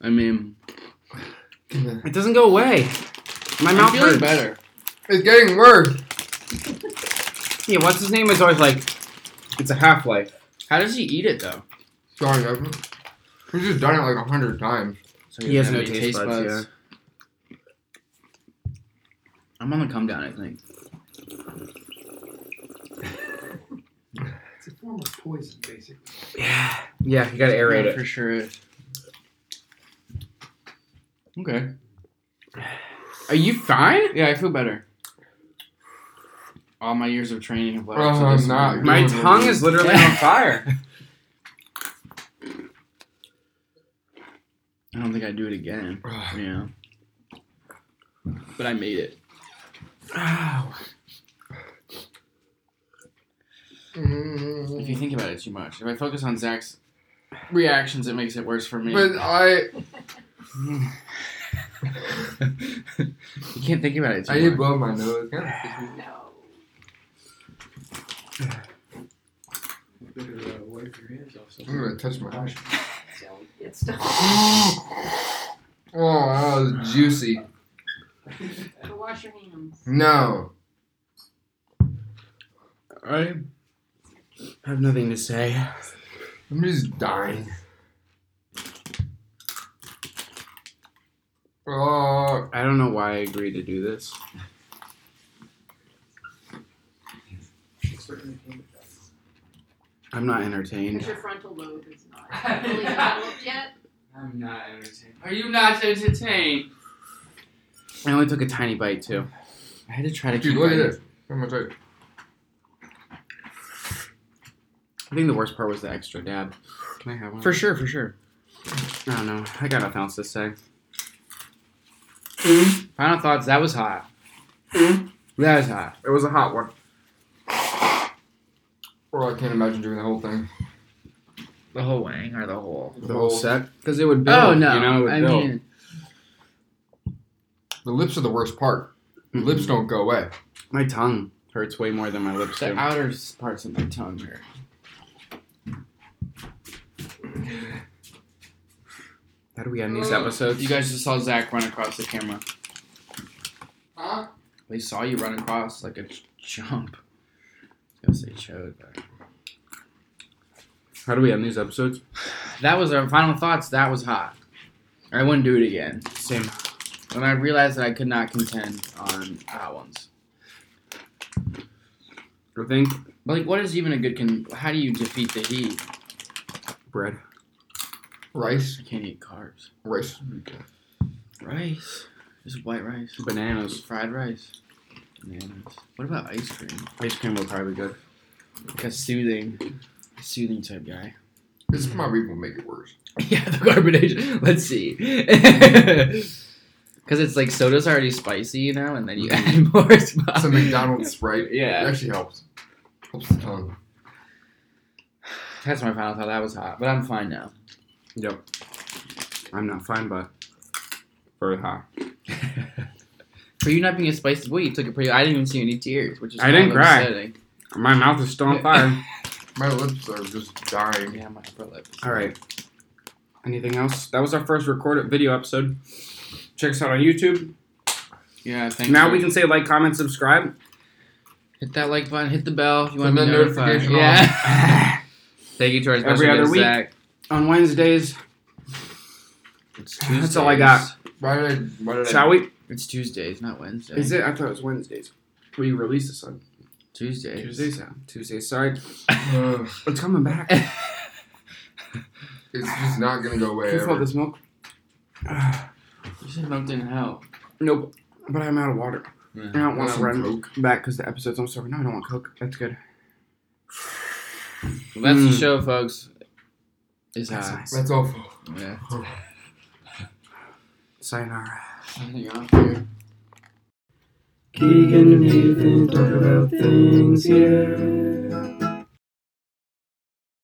[SPEAKER 1] I mean,
[SPEAKER 2] It doesn't go away. My
[SPEAKER 1] I'm
[SPEAKER 2] mouth
[SPEAKER 1] feeling
[SPEAKER 2] hurts.
[SPEAKER 1] better.
[SPEAKER 3] It's getting worse.
[SPEAKER 2] Yeah, what's his name is always like, it's a half life.
[SPEAKER 1] How does he eat it though?
[SPEAKER 3] Sorry, I've we've just done it like a hundred times.
[SPEAKER 1] So
[SPEAKER 2] He has
[SPEAKER 1] doesn't
[SPEAKER 2] no
[SPEAKER 1] have any
[SPEAKER 2] taste buds,
[SPEAKER 1] I'm on the come down, I think.
[SPEAKER 4] It's a form of poison, basically.
[SPEAKER 2] Yeah. Yeah, you gotta aerate
[SPEAKER 1] Yeah,
[SPEAKER 2] it.
[SPEAKER 1] for sure. is. Okay.
[SPEAKER 2] Are you fine?
[SPEAKER 1] Yeah, I feel better. All my years of training have led
[SPEAKER 3] Uh,
[SPEAKER 1] up to
[SPEAKER 3] I'm
[SPEAKER 1] this
[SPEAKER 3] not.
[SPEAKER 1] moment.
[SPEAKER 2] My
[SPEAKER 3] Doing
[SPEAKER 2] tongue
[SPEAKER 3] it.
[SPEAKER 2] is literally on fire.
[SPEAKER 1] I don't think I'd do it again.
[SPEAKER 3] Ugh.
[SPEAKER 1] Yeah. But I made it.
[SPEAKER 2] Ow.
[SPEAKER 1] If you think about it too much, if I focus on Zach's reactions, it makes it worse for me.
[SPEAKER 3] But I
[SPEAKER 1] you can't think about it too
[SPEAKER 3] I did
[SPEAKER 1] much.
[SPEAKER 3] blow my nose. Yeah.
[SPEAKER 5] No.
[SPEAKER 4] You better uh, wipe your hands off
[SPEAKER 3] I'm
[SPEAKER 4] something.
[SPEAKER 3] gonna touch my eyes.
[SPEAKER 5] Don't get stuck.
[SPEAKER 3] Oh, that was juicy.
[SPEAKER 5] Go wash your
[SPEAKER 3] Mm.
[SPEAKER 5] hands.
[SPEAKER 3] No.
[SPEAKER 2] I have nothing to say.
[SPEAKER 3] I'm just dying. Oh,
[SPEAKER 2] I don't know why I agreed to do this. I'm not
[SPEAKER 5] Because
[SPEAKER 2] entertained.
[SPEAKER 5] your frontal lobe is not fully developed yet.
[SPEAKER 1] I'm not entertained. Are you not entertained?
[SPEAKER 2] I only took a tiny bite too.
[SPEAKER 1] I had to try to
[SPEAKER 3] dude,
[SPEAKER 1] keep
[SPEAKER 3] look
[SPEAKER 1] my-
[SPEAKER 3] at this. How much I-
[SPEAKER 2] I think the worst part was the extra dab. Can I have one?
[SPEAKER 1] For sure, for sure.
[SPEAKER 2] I don't know. I got nothing else to say.
[SPEAKER 1] Final thoughts. That was hot.
[SPEAKER 2] Mm.
[SPEAKER 1] That was hot.
[SPEAKER 2] It was a hot one.
[SPEAKER 3] Or I can't imagine doing the whole thing.
[SPEAKER 1] The whole wang or the whole.
[SPEAKER 2] The whole set? Because it would build.
[SPEAKER 1] Oh no!
[SPEAKER 2] You know, it would
[SPEAKER 1] I
[SPEAKER 2] build.
[SPEAKER 1] mean,
[SPEAKER 3] The lips are the worst part. The
[SPEAKER 2] Mhm.
[SPEAKER 3] lips don't go away.
[SPEAKER 2] My tongue hurts way more than my lips
[SPEAKER 1] the
[SPEAKER 2] do.
[SPEAKER 1] outer s- parts of my tongue here.
[SPEAKER 2] do we end these episodes?
[SPEAKER 1] You guys just saw Zach run across the camera.
[SPEAKER 3] Huh?
[SPEAKER 1] They saw you run across like a j- jump. I was gonna say chode, but
[SPEAKER 2] How do we end these episodes?
[SPEAKER 1] that was our final thoughts. That was hot. I wouldn't do it again.
[SPEAKER 2] Same.
[SPEAKER 1] When I realized that I could not contend on hot ones.
[SPEAKER 2] I think
[SPEAKER 1] But like, what is even a good con? How do you defeat the heat?
[SPEAKER 2] bread.
[SPEAKER 3] Rice.
[SPEAKER 1] I can't eat carbs.
[SPEAKER 3] Rice.
[SPEAKER 1] Rice. Just white rice.
[SPEAKER 2] Bananas.
[SPEAKER 1] Fried rice. Bananas. What about ice cream?
[SPEAKER 2] Ice cream will probably be good.
[SPEAKER 1] Like a soothing, soothing type guy.
[SPEAKER 3] This probably will make it worse.
[SPEAKER 1] Yeah, the carbonation. Let's see. Because it's like soda's already spicy, you know, and then you add more spice.
[SPEAKER 3] Some McDonald's Sprite. It
[SPEAKER 1] Yeah.
[SPEAKER 3] actually helps. Helps a ton.
[SPEAKER 1] That's my final thought. That was hot, but I'm fine now.
[SPEAKER 2] Yep. I'm not fine, but very hot.
[SPEAKER 1] For you not being a spicy boy, you took it pretty. I didn't even see any tears, which is
[SPEAKER 2] I didn't
[SPEAKER 1] kind of
[SPEAKER 2] cry.
[SPEAKER 1] upsetting.
[SPEAKER 2] My mouth is still on fire.
[SPEAKER 3] My lips are just dying.
[SPEAKER 1] Yeah, my upper lip.
[SPEAKER 2] All right. Anything else? That was our first recorded video episode. Check us out on YouTube.
[SPEAKER 1] Yeah, thank
[SPEAKER 2] Now
[SPEAKER 1] you.
[SPEAKER 2] we can say like, comment, subscribe.
[SPEAKER 1] hit that like button, hit the bell. if You
[SPEAKER 3] Turn
[SPEAKER 1] want to
[SPEAKER 3] that
[SPEAKER 1] be notified?
[SPEAKER 3] notification on.
[SPEAKER 1] Yeah. thank you to our special
[SPEAKER 2] Every other
[SPEAKER 1] guest,
[SPEAKER 2] week.
[SPEAKER 1] Zach.
[SPEAKER 2] On Wednesdays,
[SPEAKER 1] It's Tuesdays.
[SPEAKER 2] That's all I got.
[SPEAKER 3] Why did I, why did
[SPEAKER 2] shall
[SPEAKER 3] I
[SPEAKER 2] we?
[SPEAKER 1] It's Tuesdays, not Wednesday.
[SPEAKER 2] Is it? I thought it was Wednesdays. We release this on
[SPEAKER 1] Tuesdays?
[SPEAKER 2] Tuesdays. Yeah, Tuesdays. Sorry,
[SPEAKER 3] Ugh,
[SPEAKER 2] it's coming back.
[SPEAKER 3] it's just not gonna go away.
[SPEAKER 2] Can you fill
[SPEAKER 3] ever.
[SPEAKER 2] this milk?
[SPEAKER 1] You said milk didn't help.
[SPEAKER 2] Nope. But I'm out of water.
[SPEAKER 1] Yeah.
[SPEAKER 2] I don't want
[SPEAKER 3] Want
[SPEAKER 2] to
[SPEAKER 3] some
[SPEAKER 2] run
[SPEAKER 3] Coke?
[SPEAKER 2] back because the episode's almost over. No, I don't want Coke. That's good.
[SPEAKER 1] Well, that's the
[SPEAKER 2] Mm.
[SPEAKER 1] show, folks. Is
[SPEAKER 2] That's
[SPEAKER 1] hot.
[SPEAKER 2] nice.
[SPEAKER 3] That's awful.
[SPEAKER 1] Yeah.
[SPEAKER 2] Sayonara.
[SPEAKER 1] Signing off here.
[SPEAKER 2] Keegan and Nathan talk about things, yeah.